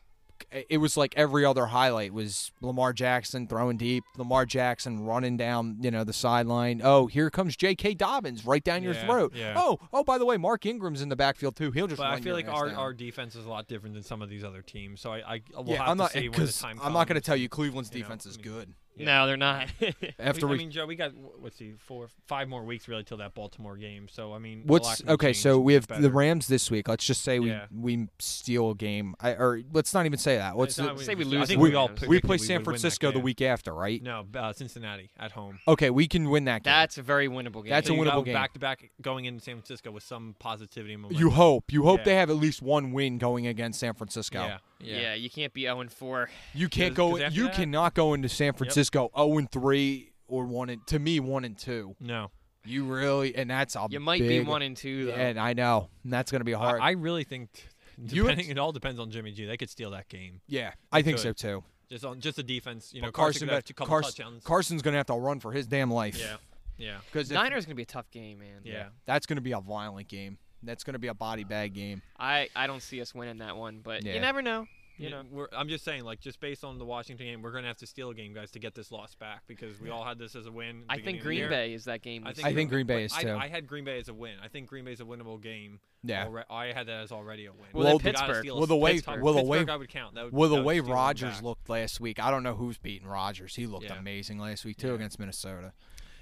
Speaker 1: it was like every other highlight was Lamar Jackson throwing deep, Lamar Jackson running down, you know, the sideline. Oh, here comes J.K. Dobbins right down your
Speaker 2: Yeah,
Speaker 1: throat.
Speaker 2: yeah.
Speaker 1: Oh, oh, by the way, Mark Ingram's in the backfield too. He'll just.
Speaker 2: But
Speaker 1: run
Speaker 2: I feel
Speaker 1: your
Speaker 2: like
Speaker 1: ass
Speaker 2: our,
Speaker 1: down.
Speaker 2: our defense is a lot different than some of these other teams. So I, I we'll
Speaker 1: yeah,
Speaker 2: have
Speaker 1: I'm
Speaker 2: to
Speaker 1: not
Speaker 2: see when the
Speaker 1: because
Speaker 2: time comes.
Speaker 1: I'm not going
Speaker 2: [laughs]
Speaker 1: to tell you Cleveland's
Speaker 2: you know,
Speaker 1: defense is
Speaker 2: I mean-
Speaker 1: good.
Speaker 2: Yeah.
Speaker 3: No, they're not.
Speaker 1: After
Speaker 2: we,
Speaker 1: we,
Speaker 2: I mean, Joe, we got wh- let's see, four, five more weeks really till that Baltimore game. So I mean, a lot
Speaker 1: what's
Speaker 2: can
Speaker 1: okay?
Speaker 2: change
Speaker 1: So
Speaker 2: and
Speaker 1: we have
Speaker 2: get
Speaker 1: the
Speaker 2: better.
Speaker 1: Rams this week. Let's just say
Speaker 2: Yeah.
Speaker 1: we we steal a game, I, or let's not even say that. What's
Speaker 2: It's not-
Speaker 1: the,
Speaker 3: say we
Speaker 2: I
Speaker 3: lose
Speaker 2: think
Speaker 1: the
Speaker 2: we all
Speaker 3: Rams.
Speaker 2: predicted
Speaker 1: we play
Speaker 2: would
Speaker 1: San
Speaker 2: win that
Speaker 1: Francisco the
Speaker 2: game.
Speaker 1: week after, right?
Speaker 2: No, uh, Cincinnati at home.
Speaker 1: Okay, we can win that game.
Speaker 3: That's a very winnable game.
Speaker 1: That's
Speaker 2: So
Speaker 1: a
Speaker 2: you
Speaker 1: winnable
Speaker 2: go
Speaker 1: game.
Speaker 2: Back to back going into San Francisco with some positivity. and
Speaker 1: You [laughs]
Speaker 2: momentum.
Speaker 1: hope. You hope
Speaker 2: Yeah.
Speaker 1: they have at least one win going against San Francisco.
Speaker 2: yeah,
Speaker 3: yeah. you can't be 0 4.
Speaker 1: You can't
Speaker 2: 'Cause-
Speaker 1: go.
Speaker 2: 'cause after
Speaker 1: You
Speaker 2: that-
Speaker 1: cannot go into San Francisco zero and three or one and to me one and two.
Speaker 2: no.
Speaker 1: You really and that's a
Speaker 3: You might
Speaker 1: big,
Speaker 3: be 1 and 2, though.
Speaker 1: And I know and that's going to be hard.
Speaker 2: I, I really think t-
Speaker 1: You
Speaker 2: depending,
Speaker 1: ex-
Speaker 2: it all depends on Jimmy G. They could steal that game
Speaker 1: yeah, I think
Speaker 2: could.
Speaker 1: so too.
Speaker 2: just on just the defense. You know,
Speaker 1: But Carson,
Speaker 2: Carson, could have
Speaker 1: bet-
Speaker 2: a couple
Speaker 1: Carson-
Speaker 2: touchdowns.
Speaker 1: Carson's going to have to run for his damn life.
Speaker 2: yeah, yeah,
Speaker 1: because
Speaker 3: Niners going to be a tough game, man.
Speaker 2: yeah.
Speaker 1: that's going to be a violent game. That's going to be a
Speaker 3: Uh,
Speaker 1: body bag game.
Speaker 3: I, I don't see us winning that one, but
Speaker 1: Yeah.
Speaker 3: you never know. You
Speaker 2: You
Speaker 3: know.
Speaker 2: know, we're, I'm just saying, like, just based on the Washington game, we're gonna have to steal a game, guys, to get this loss back because we all had this as a win. at the
Speaker 3: I
Speaker 2: beginning
Speaker 3: think
Speaker 2: of the
Speaker 3: Green
Speaker 2: year.
Speaker 3: Bay is that game.
Speaker 2: I
Speaker 3: this
Speaker 2: think,
Speaker 1: I
Speaker 3: year.
Speaker 1: think Green Bay
Speaker 2: but
Speaker 1: is
Speaker 2: I-
Speaker 1: too.
Speaker 2: I, had Green Bay as a win. I think Green Bay is a winnable game.
Speaker 1: Yeah.
Speaker 2: alre- I had that as already a win.
Speaker 3: Well, then
Speaker 2: We gotta
Speaker 3: Pittsburgh.
Speaker 2: steal a-
Speaker 1: Well, the way-
Speaker 2: Pittsburgh,
Speaker 1: well, the way-
Speaker 2: Pittsburgh I would count. That would,
Speaker 1: Well,
Speaker 2: that
Speaker 1: the
Speaker 2: would
Speaker 1: way
Speaker 2: steal them
Speaker 1: Rodgers
Speaker 2: back.
Speaker 1: looked last week, I don't know who's beating Rodgers. He looked
Speaker 2: Yeah.
Speaker 1: amazing last week too
Speaker 2: Yeah.
Speaker 1: against Minnesota.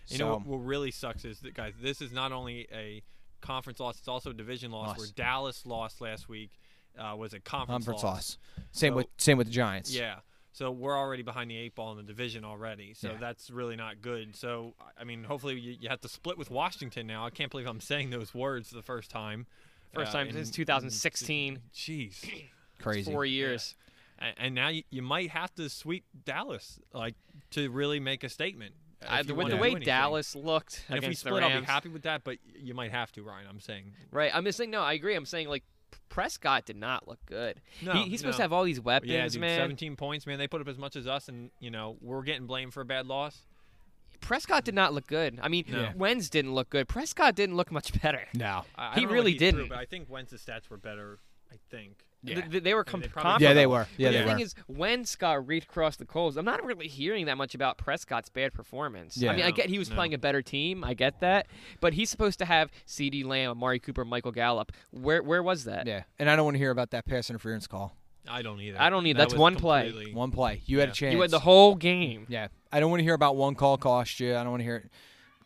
Speaker 2: You
Speaker 1: so,
Speaker 2: know what, what really sucks is that guys, this is not only a conference loss, it's also a division loss where
Speaker 1: Loss.
Speaker 2: Dallas lost last week. Uh, was a conference,
Speaker 1: Conference loss.
Speaker 2: loss.
Speaker 1: Same
Speaker 2: So-
Speaker 1: with same with the Giants.
Speaker 2: Yeah. So we're already behind the eight ball in the division already. So
Speaker 1: Yeah.
Speaker 2: that's really not good. So I- I mean, hopefully you, you have to split with Washington now. I can't believe I'm saying those words for the first time.
Speaker 3: First
Speaker 2: uh,
Speaker 3: time
Speaker 2: in-
Speaker 3: since
Speaker 2: in-
Speaker 3: 2016.
Speaker 2: Jeez.
Speaker 3: It's
Speaker 1: crazy.
Speaker 3: Four years.
Speaker 2: and, and now you, you might have to sweep Dallas, like to really make a statement. if
Speaker 3: I,
Speaker 2: you
Speaker 3: Uh, the,
Speaker 2: wanna
Speaker 3: the
Speaker 2: do
Speaker 3: way
Speaker 2: anything.
Speaker 3: Dallas looked
Speaker 2: And if we
Speaker 3: against
Speaker 2: split,
Speaker 3: the
Speaker 2: I'll
Speaker 3: Rams,
Speaker 2: be happy with that. But y- you might have to, Ryan. I'm saying.
Speaker 3: right? I'm just saying, no, I agree. I'm saying like P- Prescott did not look good.
Speaker 2: No,
Speaker 3: he, he's supposed to
Speaker 2: no.
Speaker 3: have all these weapons,
Speaker 2: Yeah, dude,
Speaker 3: man.
Speaker 2: 17 points, man. They put up as much as us, and you know we're getting blamed for a bad loss.
Speaker 3: Prescott did not look good. I mean,
Speaker 2: No.
Speaker 3: Wentz didn't look good. Prescott didn't look much better.
Speaker 1: No.
Speaker 2: I, I
Speaker 3: He
Speaker 2: don't know what
Speaker 3: really
Speaker 2: he threw,
Speaker 3: didn't.
Speaker 2: but I think Wentz's stats were better. I think.
Speaker 1: Yeah.
Speaker 3: Th- th- they were
Speaker 2: I mean,
Speaker 3: com-
Speaker 2: they probably-
Speaker 1: Yeah,
Speaker 3: comparable.
Speaker 1: they were. Yeah,
Speaker 3: but
Speaker 1: they
Speaker 3: the thing
Speaker 1: were.
Speaker 3: is, Wentz got reached across the coals. I'm not really hearing that much about Prescott's bad performance.
Speaker 1: Yeah.
Speaker 3: I mean, I
Speaker 2: No,
Speaker 3: get he was
Speaker 2: no.
Speaker 3: playing a better team. I get that, but he's supposed to have C.D. Lamb, Amari Cooper, Michael Gallup. Where where was that?
Speaker 1: Yeah, and I don't want to hear about that pass interference call.
Speaker 2: I don't either.
Speaker 3: I don't either.
Speaker 2: That
Speaker 3: That's
Speaker 2: was
Speaker 3: one play.
Speaker 2: completely-
Speaker 1: One play, you had a
Speaker 2: Yeah.
Speaker 1: chance.
Speaker 3: You had the whole game.
Speaker 1: yeah, I don't want to hear about one call cost you. I don't want to hear it.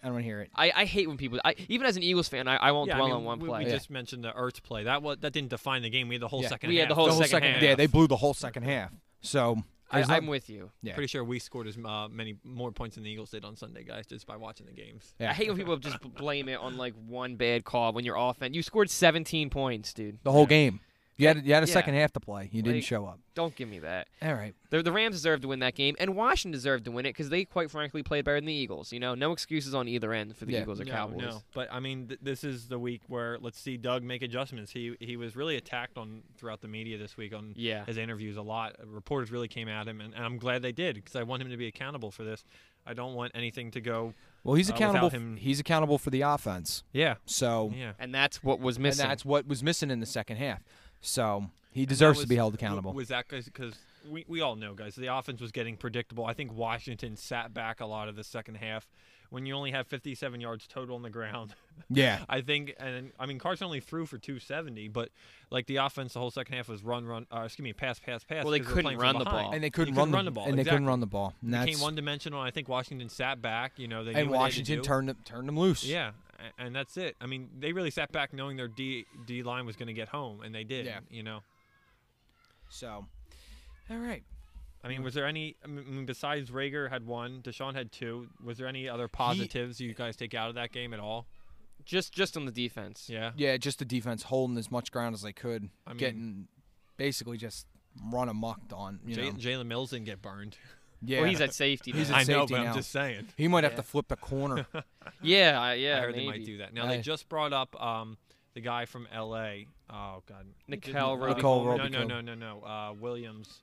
Speaker 1: I don't want to hear it.
Speaker 3: I, I hate when people. I, even as an Eagles fan, I, I won't
Speaker 2: Yeah, I
Speaker 3: dwell
Speaker 2: mean,
Speaker 3: on one
Speaker 2: we,
Speaker 3: play.
Speaker 2: We just mentioned the Ertz play. That was that didn't define the game. We had the whole
Speaker 1: Yeah.
Speaker 2: second.
Speaker 3: We had
Speaker 2: half.
Speaker 3: the whole
Speaker 1: the whole
Speaker 3: second half.
Speaker 1: Yeah, they blew the whole second half. So
Speaker 3: I,
Speaker 1: there's
Speaker 3: I'm
Speaker 1: no-
Speaker 3: with you.
Speaker 1: yeah.
Speaker 2: Pretty sure we scored as uh, many more points than the Eagles did on Sunday, guys, just by watching the games.
Speaker 1: Yeah.
Speaker 3: I hate when
Speaker 2: [laughs]
Speaker 3: people just b- blame it on like one bad call when you're offense. You scored 17 points, dude.
Speaker 1: the whole game. You had you had a
Speaker 3: Yeah.
Speaker 1: second half to play. You didn't
Speaker 3: Like-
Speaker 1: show up.
Speaker 3: Don't give me that.
Speaker 1: All right.
Speaker 3: The, the Rams deserved to win that game, and Washington deserved to win it because they, quite frankly, played better than the Eagles. You know, no excuses on either end for the
Speaker 1: Yeah.
Speaker 3: Eagles or
Speaker 2: no,
Speaker 3: Cowboys.
Speaker 2: no. But I mean, th- this is the week where let's see Doug make adjustments. He he was really attacked on throughout the media this week on
Speaker 3: Yeah.
Speaker 2: his interviews a lot. Reporters really came at him, and, and I'm glad they did because I want him to be accountable for this. I don't want anything to go.
Speaker 1: Well, he's
Speaker 2: Uh,
Speaker 1: accountable.
Speaker 2: without him-
Speaker 1: He's accountable for the offense.
Speaker 2: Yeah,
Speaker 1: So
Speaker 2: yeah.
Speaker 3: And that's what was
Speaker 1: and
Speaker 3: missing.
Speaker 1: that's what was missing in the second half. So he deserves to be held accountable.
Speaker 2: Was that because we, we all know, guys, the offense was getting predictable. I think Washington sat back a lot of the second half. When you only have 57 yards total on the ground, [laughs]
Speaker 1: yeah.
Speaker 2: I think, and I mean Carson only threw for 270, but like the offense, the whole second half was run, run. Uh, excuse me, pass, pass, pass.
Speaker 3: Well, they
Speaker 2: 'cause were
Speaker 3: couldn't
Speaker 2: playing from
Speaker 3: run the
Speaker 2: behind.
Speaker 3: ball.
Speaker 1: And they
Speaker 2: You
Speaker 1: couldn't run,
Speaker 2: run
Speaker 1: the,
Speaker 2: the ball.
Speaker 1: And they couldn't
Speaker 2: exactly.
Speaker 1: run the ball. And
Speaker 2: Became
Speaker 1: that's-
Speaker 2: one dimensional. I think Washington sat back. You know, they
Speaker 1: and
Speaker 2: knew what they had to
Speaker 1: Washington
Speaker 2: do.
Speaker 1: turned them turned them loose.
Speaker 2: Yeah, a- and that's it. I mean, they really sat back knowing their D D line was going to get home, and they did.
Speaker 1: Yeah.
Speaker 2: You know.
Speaker 1: So, all right.
Speaker 2: I mean, was there any? I mean, besides Rager had one, Deshaun had two. Was there any other positives you guys take out of that game at all?
Speaker 3: just just on the defense.
Speaker 2: Yeah.
Speaker 1: Yeah, just the defense holding as much ground as they could,
Speaker 2: I mean-
Speaker 1: getting basically just run amok on. You
Speaker 2: Jay
Speaker 1: know.
Speaker 2: Jalen Mills didn't get burned.
Speaker 1: Yeah.
Speaker 3: Well, he's at safety.
Speaker 1: He's
Speaker 3: now.
Speaker 1: at
Speaker 2: I know,
Speaker 1: safety
Speaker 2: but
Speaker 1: now.
Speaker 2: I'm just saying.
Speaker 1: he might have
Speaker 3: Yeah.
Speaker 1: to flip the corner.
Speaker 3: yeah, I-
Speaker 2: I
Speaker 3: yeah.
Speaker 2: heard
Speaker 3: maybe.
Speaker 2: they might do that. Now
Speaker 1: I-
Speaker 2: they just brought up um, the guy from L.A. Oh God,
Speaker 3: Nickel
Speaker 2: Didn't- uh,
Speaker 1: Nicole
Speaker 2: No, no,
Speaker 1: Robichaud.
Speaker 2: no, no, no. Uh, Williams.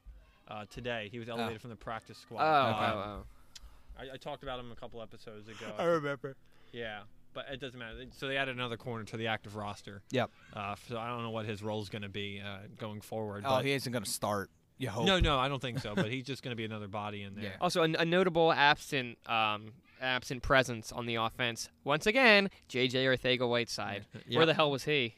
Speaker 2: Uh, today he was elevated
Speaker 1: Oh.
Speaker 2: from the practice squad.
Speaker 3: Oh,
Speaker 2: Um,
Speaker 3: oh, oh.
Speaker 2: [laughs] I, I talked about him a couple episodes ago.
Speaker 1: remember.
Speaker 2: Yeah, but it doesn't matter. They- So they added another corner to the active roster.
Speaker 1: Yep.
Speaker 2: Uh, so I don't know what his role is going to be uh, going forward.
Speaker 1: Oh,
Speaker 2: but-
Speaker 1: he isn't gonna start. You hope.
Speaker 2: no, no, I don't think so. But he's just going to be another body in there.
Speaker 1: Yeah.
Speaker 3: Also, a, a notable absent um, absent presence on the offense. Once again, J.J. Ortega Whiteside. Where the hell was he?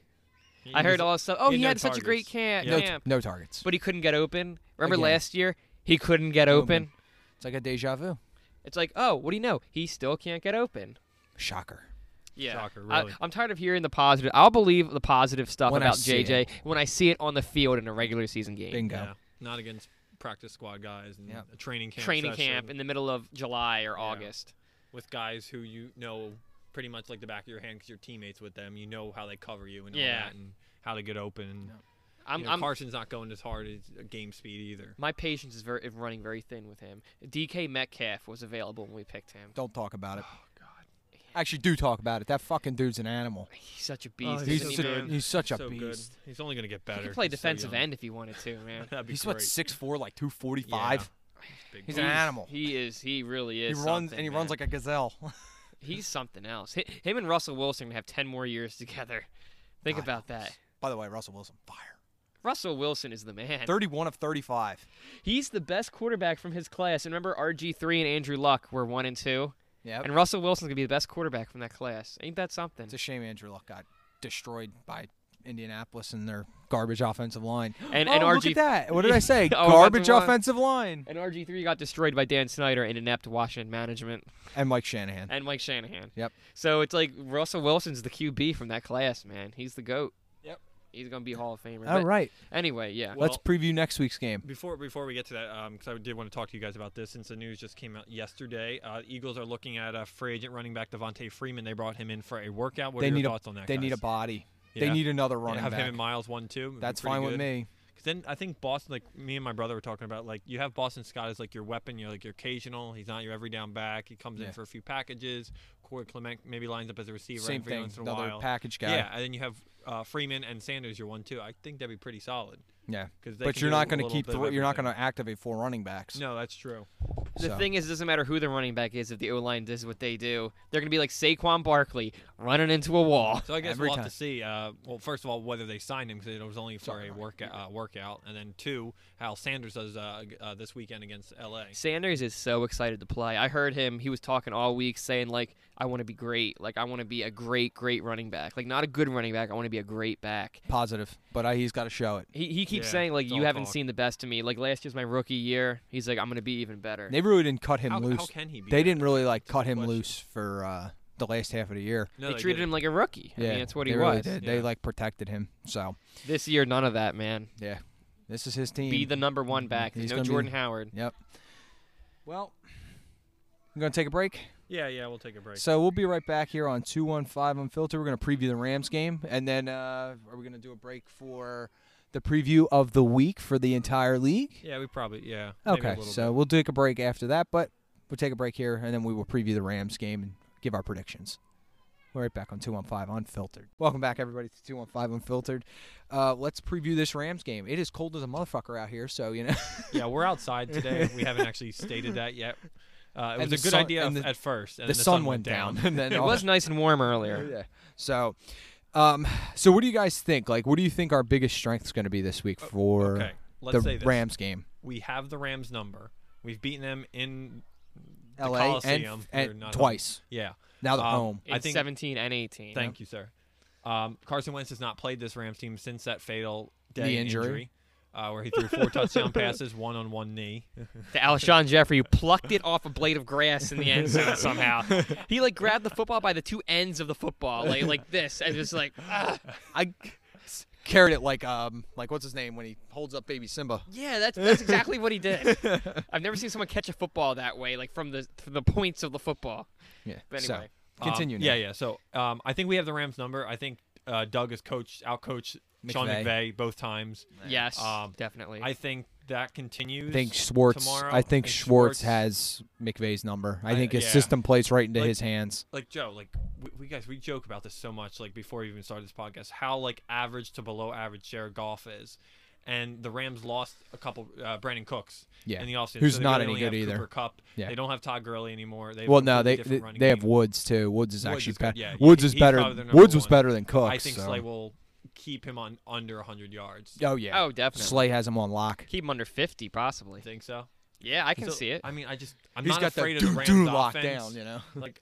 Speaker 2: He
Speaker 3: I heard
Speaker 2: was-
Speaker 3: all this stuff. Oh,
Speaker 2: he
Speaker 3: he,
Speaker 2: had no
Speaker 3: had such a great
Speaker 2: targets.
Speaker 3: camp,
Speaker 2: Yeah.
Speaker 1: no,
Speaker 3: camp,
Speaker 1: no targets.
Speaker 3: but he couldn't get open. Remember
Speaker 1: Again.
Speaker 3: last year? He couldn't get
Speaker 1: Open.
Speaker 3: open.
Speaker 1: it's like a deja vu.
Speaker 3: It's like, oh, what do you know? He still can't get open.
Speaker 1: Shocker.
Speaker 3: Yeah.
Speaker 2: Shocker, really.
Speaker 3: I, am tired of hearing the positive. I'll believe the positive stuff
Speaker 1: When I
Speaker 3: about
Speaker 1: see
Speaker 3: JJ when I see it on the field in a regular season game.
Speaker 1: Bingo.
Speaker 2: Yeah. Not against practice squad guys and
Speaker 1: Yep.
Speaker 2: a training camp.
Speaker 3: Training
Speaker 2: session
Speaker 3: camp in the middle of July or August.
Speaker 2: with guys who you know pretty much like the back of your hand because you're teammates with them. You know how they cover you and
Speaker 3: Yeah.
Speaker 2: all that and how to get open. And,
Speaker 1: Yeah.
Speaker 3: I'm,
Speaker 2: you know,
Speaker 3: I'm
Speaker 2: Carson's not going as hard as uh, game speed either.
Speaker 3: my patience is very is running very thin with him. DK Metcalf was available when we picked him.
Speaker 1: Don't talk about it.
Speaker 2: Oh, God.
Speaker 1: Actually, do talk about it. That fucking dude's an animal.
Speaker 3: He's such a beast.
Speaker 2: he's
Speaker 1: Oh, He's,
Speaker 2: so
Speaker 3: isn't he,
Speaker 1: su-
Speaker 2: good.
Speaker 3: man?
Speaker 1: he's such a
Speaker 2: so good.
Speaker 1: beast.
Speaker 2: He's only going to get
Speaker 3: He
Speaker 2: better.
Speaker 3: could play
Speaker 2: He's so
Speaker 3: defensive
Speaker 2: young.
Speaker 3: end if he wanted to, man.
Speaker 2: [laughs] That'd be
Speaker 1: He's
Speaker 2: great.
Speaker 1: what six four, like two forty five.
Speaker 2: Big
Speaker 1: [laughs] He's
Speaker 2: boy.
Speaker 1: an animal.
Speaker 3: He is. He really
Speaker 1: He
Speaker 3: is.
Speaker 1: runs
Speaker 3: something,
Speaker 1: and he
Speaker 3: man.
Speaker 1: runs like a gazelle. [laughs]
Speaker 3: he's something else. Hi- Him and Russell Wilson are gonna have ten more years together. Think
Speaker 1: God.
Speaker 3: about that.
Speaker 1: By the way, Russell Wilson, fire.
Speaker 3: Russell Wilson is the man.
Speaker 1: Thirty one of thirty five.
Speaker 3: He's the best quarterback from his class. And remember, RG three and Andrew Luck were one and two.
Speaker 1: Yeah.
Speaker 3: And Russell Wilson's gonna be the best quarterback from that class. Ain't that something?
Speaker 1: It's a shame Andrew Luck got destroyed by Indianapolis and their garbage offensive line.
Speaker 3: [gasps] And
Speaker 1: oh,
Speaker 3: and
Speaker 1: look
Speaker 3: RG
Speaker 1: at that.
Speaker 3: [laughs]
Speaker 1: What did I say?
Speaker 3: Oh,
Speaker 1: garbage
Speaker 3: offensive line.
Speaker 1: offensive line.
Speaker 3: and RG three got destroyed by Dan Snyder and inept Washington management
Speaker 1: And Mike Shanahan.
Speaker 3: and Mike Shanahan.
Speaker 1: Yep.
Speaker 3: So it's like Russell Wilson's the QB from that class, man. He's the goat.
Speaker 1: Yep.
Speaker 3: He's gonna be Hall of Famer.
Speaker 1: All
Speaker 3: But
Speaker 1: right.
Speaker 3: Anyway, yeah.
Speaker 2: Well-
Speaker 1: Let's preview next week's game.
Speaker 2: Before before we get to that, because I did want to talk to you guys about this, since the news just came out yesterday, uh, Eagles are looking at a free agent running back Devontae Freeman. They brought him in for a workout. What
Speaker 1: They
Speaker 2: are your
Speaker 1: need a-
Speaker 2: thoughts on that?
Speaker 1: They need a
Speaker 2: guys?
Speaker 1: body. They
Speaker 2: Yeah.
Speaker 1: need another
Speaker 2: Yeah,
Speaker 1: running
Speaker 2: have him
Speaker 1: back.
Speaker 2: and Miles one too. It'd be
Speaker 1: That's
Speaker 2: pretty
Speaker 1: fine
Speaker 2: good.
Speaker 1: with me.
Speaker 2: Because then I think Boston, like me and my brother were talking about, like you have Boston Scott as like your weapon. You're like your occasional. He's not your every down back. He comes
Speaker 1: Yeah.
Speaker 2: in for a few packages. Corey Clement maybe lines up as a receiver
Speaker 1: Same
Speaker 2: every
Speaker 1: thing.
Speaker 2: once in a
Speaker 1: Another
Speaker 2: while.
Speaker 1: package guy.
Speaker 2: Yeah, and then you have uh, Freeman and Sanders. Your one too. I think that'd be pretty solid.
Speaker 1: Yeah.
Speaker 2: 'Cause they
Speaker 1: But
Speaker 2: can
Speaker 1: you're
Speaker 2: do
Speaker 1: not
Speaker 2: a
Speaker 1: going to
Speaker 2: little
Speaker 1: keep
Speaker 2: bit of
Speaker 1: three, you're not
Speaker 2: everything.
Speaker 1: going to activate four running backs.
Speaker 2: No, that's true.
Speaker 3: The
Speaker 1: So-
Speaker 3: thing is, it doesn't matter who the running back is if the O line does what they do. They're gonna be like Saquon Barkley running into a wall.
Speaker 2: So I guess
Speaker 1: Every
Speaker 2: we'll
Speaker 1: time.
Speaker 2: have to see. Uh, well, first of all, whether they signed him because it was only for
Speaker 1: Sorry.
Speaker 2: a workout, uh, workout, and then two, how Sanders does uh, g- uh, this weekend against LA.
Speaker 3: Sanders is so excited to play. I heard him. He was talking all week saying like, "I want to be great. Like I want to be a great, great running back. Like not a good running back. I want to be a great back."
Speaker 1: Positive, but I, he's got to show it.
Speaker 3: He, he keeps
Speaker 2: Yeah,
Speaker 3: saying like,
Speaker 2: it's
Speaker 3: "You
Speaker 2: all
Speaker 3: haven't
Speaker 2: talk.
Speaker 3: seen the best of me. Like last year's my rookie year. He's like, I'm gonna be even better."
Speaker 1: They really didn't cut him
Speaker 2: How,
Speaker 1: loose.
Speaker 2: how can he? Be
Speaker 1: they
Speaker 2: that
Speaker 1: didn't
Speaker 2: good?
Speaker 1: really like
Speaker 2: That's a
Speaker 1: cut
Speaker 2: good
Speaker 1: him
Speaker 2: question.
Speaker 1: loose for uh, the last half of the year.
Speaker 2: No,
Speaker 3: They treated
Speaker 2: didn't.
Speaker 3: him like a rookie. I
Speaker 1: yeah,
Speaker 3: mean, that's what he
Speaker 1: they
Speaker 3: was.
Speaker 1: really did. They
Speaker 2: Yeah.
Speaker 1: like protected him. So
Speaker 3: This year, none of that, man.
Speaker 1: yeah, this is his team.
Speaker 3: Be the number one back.
Speaker 1: Mm-hmm. He's
Speaker 3: There's no
Speaker 1: gonna be-
Speaker 3: Jordan Howard.
Speaker 1: Yep. Well, I'm going to take a break.
Speaker 2: Yeah, yeah, we'll take a break.
Speaker 1: So we'll be right back here on 215 Unfiltered. We're going to preview the Rams game. And then uh, are we going to do a break for the preview of the week for the entire league?
Speaker 2: Yeah, we probably yeah. maybe a
Speaker 1: Okay.
Speaker 2: little
Speaker 1: So
Speaker 2: bit.
Speaker 1: we'll take a break after that, but we'll take a break here and then we will preview the Rams game and give our predictions. We're right back on 215 Unfiltered. Welcome back, everybody, to 215 Unfiltered. Uh, let's preview this Rams game. It is cold as a motherfucker out here, so, you know. [laughs]
Speaker 2: yeah, we're outside today. We haven't actually stated that yet. Uh, it
Speaker 1: And
Speaker 2: was
Speaker 1: the
Speaker 2: a good
Speaker 1: sun-
Speaker 2: idea
Speaker 1: and
Speaker 2: f-
Speaker 1: the-
Speaker 2: at first. And
Speaker 1: the,
Speaker 2: then
Speaker 1: sun, went down. and then
Speaker 3: It
Speaker 1: all- [laughs]
Speaker 3: was nice and warm earlier.
Speaker 1: Oh. Yeah. So, um, so what do you guys think? Like, what do you think our biggest strength is going to be this week for
Speaker 2: [laughs] Uh, Okay, let's
Speaker 1: the
Speaker 2: say this.
Speaker 1: Rams game?
Speaker 2: We have the Rams number. We've beaten them in the
Speaker 1: LA and,
Speaker 2: Coliseum. They're
Speaker 1: and
Speaker 2: not home.
Speaker 1: twice.
Speaker 2: Yeah.
Speaker 1: Now they're
Speaker 2: Um,
Speaker 1: home.
Speaker 3: In
Speaker 2: I think-
Speaker 3: 17 and 18.
Speaker 2: Thank you, sir. Um, Carson Wentz has not played this Rams team since that fatal day
Speaker 1: Knee injury.
Speaker 2: uh, where he threw
Speaker 1: [laughs]
Speaker 2: four touchdown passes, one on one knee. Um,
Speaker 3: To Alshon Jeffrey, who plucked it off a blade of grass in the
Speaker 2: [laughs]
Speaker 3: end
Speaker 1: [laughs]
Speaker 3: zone somehow. He like grabbed the football by the two ends of the football,
Speaker 1: [laughs]
Speaker 3: like like this, and just like ah,
Speaker 1: I s- carried it like um like what's his name when he holds up baby Simba.
Speaker 3: yeah, that's that's exactly what
Speaker 1: [laughs]
Speaker 3: he did. I've never seen someone catch a football that way, like from the from the points of the football.
Speaker 1: Yeah.
Speaker 3: But
Speaker 1: so,
Speaker 3: anyway.
Speaker 2: Um,
Speaker 1: continue. now.
Speaker 2: yeah, yeah. So um, I think we have the Rams number. I think uh, Doug has coached, outcoached Sean
Speaker 1: McVay.
Speaker 2: McVay both times.
Speaker 3: Yes,
Speaker 2: Um,
Speaker 3: definitely.
Speaker 2: I think that continues.
Speaker 1: I think Schwartz.
Speaker 2: Tomorrow,
Speaker 1: I think
Speaker 2: and
Speaker 1: Schwartz,
Speaker 2: Schwartz-
Speaker 1: has McVay's number. I
Speaker 2: I-
Speaker 1: think his
Speaker 2: yeah.
Speaker 1: system plays right into
Speaker 2: Like-
Speaker 1: his hands.
Speaker 2: like Joe, like we, we guys, we joke about this so much. Like before we even started this podcast, how like average to below average Jared Goff is, and the Rams lost a couple uh, Brandon Cooks
Speaker 1: Yeah.
Speaker 2: in the offseason.
Speaker 1: Who's
Speaker 2: so they
Speaker 1: not
Speaker 2: really
Speaker 1: any
Speaker 2: only
Speaker 1: good
Speaker 2: have
Speaker 1: either.
Speaker 2: Cooper Cup.
Speaker 1: Yeah.
Speaker 2: They don't have Todd Gurley anymore. They have a
Speaker 1: Well, no,
Speaker 2: completely
Speaker 1: they they,
Speaker 2: different running
Speaker 1: they have
Speaker 2: game.
Speaker 1: Woods too. Woods is
Speaker 2: Woods
Speaker 1: actually
Speaker 2: is good,
Speaker 1: better.
Speaker 2: yeah.
Speaker 1: Woods
Speaker 2: He-
Speaker 1: is
Speaker 2: he's
Speaker 1: better.
Speaker 2: probably their number
Speaker 1: Woods was
Speaker 2: one.
Speaker 1: better than Cooks.
Speaker 2: I think
Speaker 1: so.
Speaker 2: Slay will keep him on under 100 yards.
Speaker 1: Oh yeah.
Speaker 3: Oh, definitely.
Speaker 1: Slay has him on lock.
Speaker 3: Keep him under 50,
Speaker 2: I
Speaker 3: possibly.
Speaker 2: think so.
Speaker 3: Yeah, I can
Speaker 2: So,
Speaker 3: see it.
Speaker 2: I mean, I just I'm
Speaker 1: He's
Speaker 2: not
Speaker 1: got
Speaker 2: afraid
Speaker 1: that
Speaker 2: of the
Speaker 1: doo
Speaker 2: Rams
Speaker 1: doo locked
Speaker 2: offense.
Speaker 1: down. You know.
Speaker 2: [laughs] Like,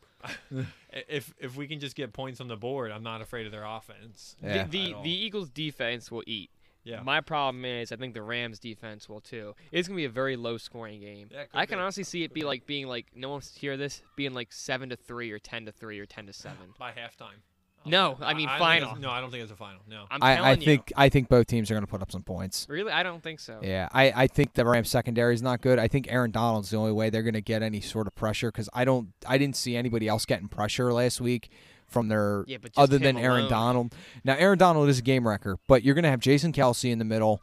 Speaker 2: if if we can just get points on the board, I'm not afraid of their offense.
Speaker 1: Yeah.
Speaker 3: The,
Speaker 2: At
Speaker 3: the,
Speaker 2: all.
Speaker 3: the Eagles' defense will eat.
Speaker 2: Yeah.
Speaker 3: My problem is, I think the Rams' defense will too. It's gonna be a very low-scoring game.
Speaker 2: Yeah, it could
Speaker 3: I can
Speaker 2: be.
Speaker 3: honestly see it
Speaker 2: Could
Speaker 3: be
Speaker 2: be.
Speaker 3: like being like no one's hear this being like seven to three or ten to three or ten
Speaker 2: [sighs]
Speaker 3: to seven.
Speaker 2: By halftime.
Speaker 3: No, I mean
Speaker 2: don't think
Speaker 3: final.
Speaker 2: it's- No, I don't think it's a final. No.
Speaker 3: I'm telling
Speaker 1: I, I
Speaker 3: you.
Speaker 1: think I think both teams are going to put up some points.
Speaker 3: Really, I don't think so.
Speaker 1: Yeah, I, I think the Rams secondary is not good. I think Aaron Donald's the only way they're going to get any sort of pressure because I don't I didn't see anybody else getting pressure last week from their
Speaker 3: Yeah, but just
Speaker 1: other
Speaker 3: him
Speaker 1: than Aaron
Speaker 3: alone.
Speaker 1: Donald. Now Aaron Donald is a game wrecker, but you're going to have Jason Kelsey in the middle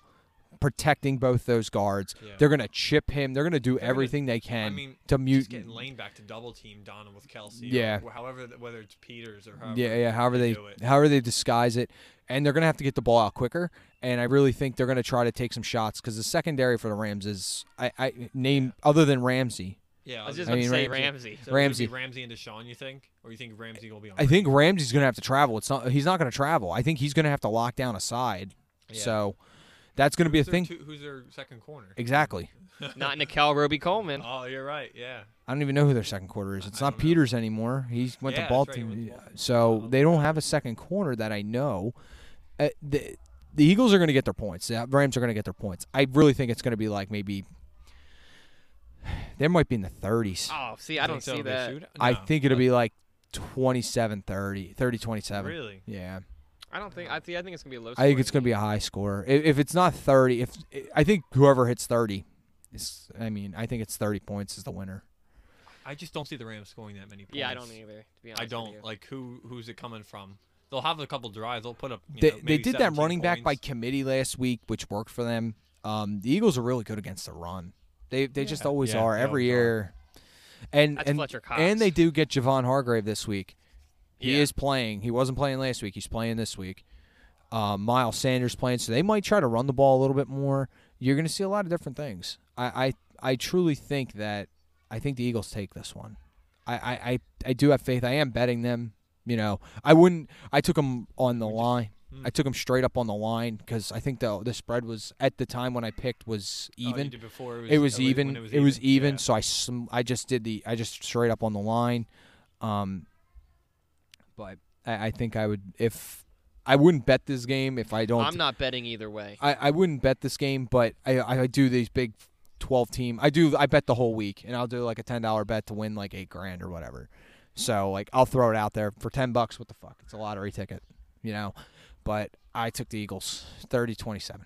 Speaker 1: protecting both those guards.
Speaker 2: Yeah.
Speaker 1: They're going to chip him. They're going to do everything they
Speaker 2: I
Speaker 1: can
Speaker 2: mean,
Speaker 1: to
Speaker 2: just
Speaker 1: mute.
Speaker 2: getting lane back to double team Donovan with Kelsey.
Speaker 1: Yeah.
Speaker 2: Or however, whether it's Peters or however.
Speaker 1: Yeah, yeah. However they,
Speaker 2: do
Speaker 1: [laughs]
Speaker 2: it.
Speaker 1: however they disguise it, and they're gonna have to get the ball out quicker. And I really think they're gonna try to take some shots because the secondary for the Rams is I, I name other than Ramsey.
Speaker 2: Yeah.
Speaker 3: I was just
Speaker 1: I
Speaker 3: about
Speaker 1: mean,
Speaker 3: to say
Speaker 1: Ramsey-
Speaker 3: Ramsey.
Speaker 2: so Ramsey.
Speaker 1: Ramsey.
Speaker 2: Ramsey and Deshaun, you think, or you think Ramsey will be on?
Speaker 1: I think Ramsey's gonna have to travel. It's not he's not gonna travel. I think he's gonna have to lock down a side.
Speaker 2: Yeah.
Speaker 1: So that's gonna be a
Speaker 2: Who's their
Speaker 1: thing.
Speaker 2: two- who's their second corner?
Speaker 1: exactly.
Speaker 3: Not Nickel Roby Coleman.
Speaker 2: [laughs] Oh, you're right. Yeah.
Speaker 1: I don't even know who their second quarter is. It's
Speaker 2: I
Speaker 1: not
Speaker 2: don't know.
Speaker 1: Peters anymore. He went to
Speaker 2: Yeah, that's right, he
Speaker 1: Baltimore.
Speaker 2: went to Baltimore.
Speaker 1: So
Speaker 2: Oh,
Speaker 1: they don't have a second corner that I know. Uh, the, the Eagles are going to get their points. The Rams are going to get their points. I really think it's going to be like maybe they might be in the 30s.
Speaker 3: Oh, see, I
Speaker 2: You
Speaker 3: don't
Speaker 2: think that'll
Speaker 3: see
Speaker 2: be a
Speaker 3: that.
Speaker 2: shootout?
Speaker 1: I
Speaker 2: No.
Speaker 1: think it'll be like 27 30, 30 27.
Speaker 2: Really?
Speaker 1: Yeah.
Speaker 3: I don't think. I think. I think it's gonna be a low.
Speaker 1: I think it's going to be a high score. If, if it's not 30, if I think whoever hits 30 is I mean, I think it's 30 points is the winner.
Speaker 2: I just don't see the Rams scoring that many points.
Speaker 3: Yeah, I don't either. To be honest,
Speaker 2: I
Speaker 3: with
Speaker 2: don't
Speaker 3: you.
Speaker 2: like who. Who's it coming from? They'll have a couple drives. They'll put up. You
Speaker 1: they,
Speaker 2: know,
Speaker 1: they
Speaker 2: maybe
Speaker 1: did that
Speaker 2: 17
Speaker 1: running back by
Speaker 2: points.
Speaker 1: committee last week, which worked for them. Um, the Eagles are really good against the run. They they just
Speaker 2: Yeah.
Speaker 1: always
Speaker 2: Yeah,
Speaker 1: are
Speaker 2: they
Speaker 1: every
Speaker 2: always are.
Speaker 1: year. And
Speaker 3: That's
Speaker 1: and
Speaker 3: Fletcher Cox.
Speaker 1: and they do get Javon Hargrave this week. He
Speaker 3: Yeah.
Speaker 1: is playing. He wasn't playing last week. He's playing this week. Um, Miles Sanders playing, so they might try to run the ball a little bit more. You're going to see a lot of different things. I, I I truly think that I think the Eagles take this one. I, I, I, I do have faith. I am betting them. You know, I wouldn't. I took them on the line.
Speaker 2: Hmm.
Speaker 1: I took them straight up on the line because I think the the spread was at the time when I picked was
Speaker 2: Oh, you
Speaker 1: even.
Speaker 2: did before
Speaker 1: it was
Speaker 2: oh, when
Speaker 1: even.
Speaker 2: It was,
Speaker 1: even.
Speaker 2: Yeah.
Speaker 1: So I sm- I just did the I just straight up on the line. Um, but I, I think I would if I wouldn't bet this game if I don't.
Speaker 3: I'm not betting either way.
Speaker 1: I, I wouldn't bet this game, but I, I do these big twelve team. I do I bet the whole week, and I'll do like a ten dollar bet to win like eight grand or whatever. So like I'll throw it out there for ten bucks. What the fuck? It's a lottery ticket, you know. But I took the Eagles 30-27.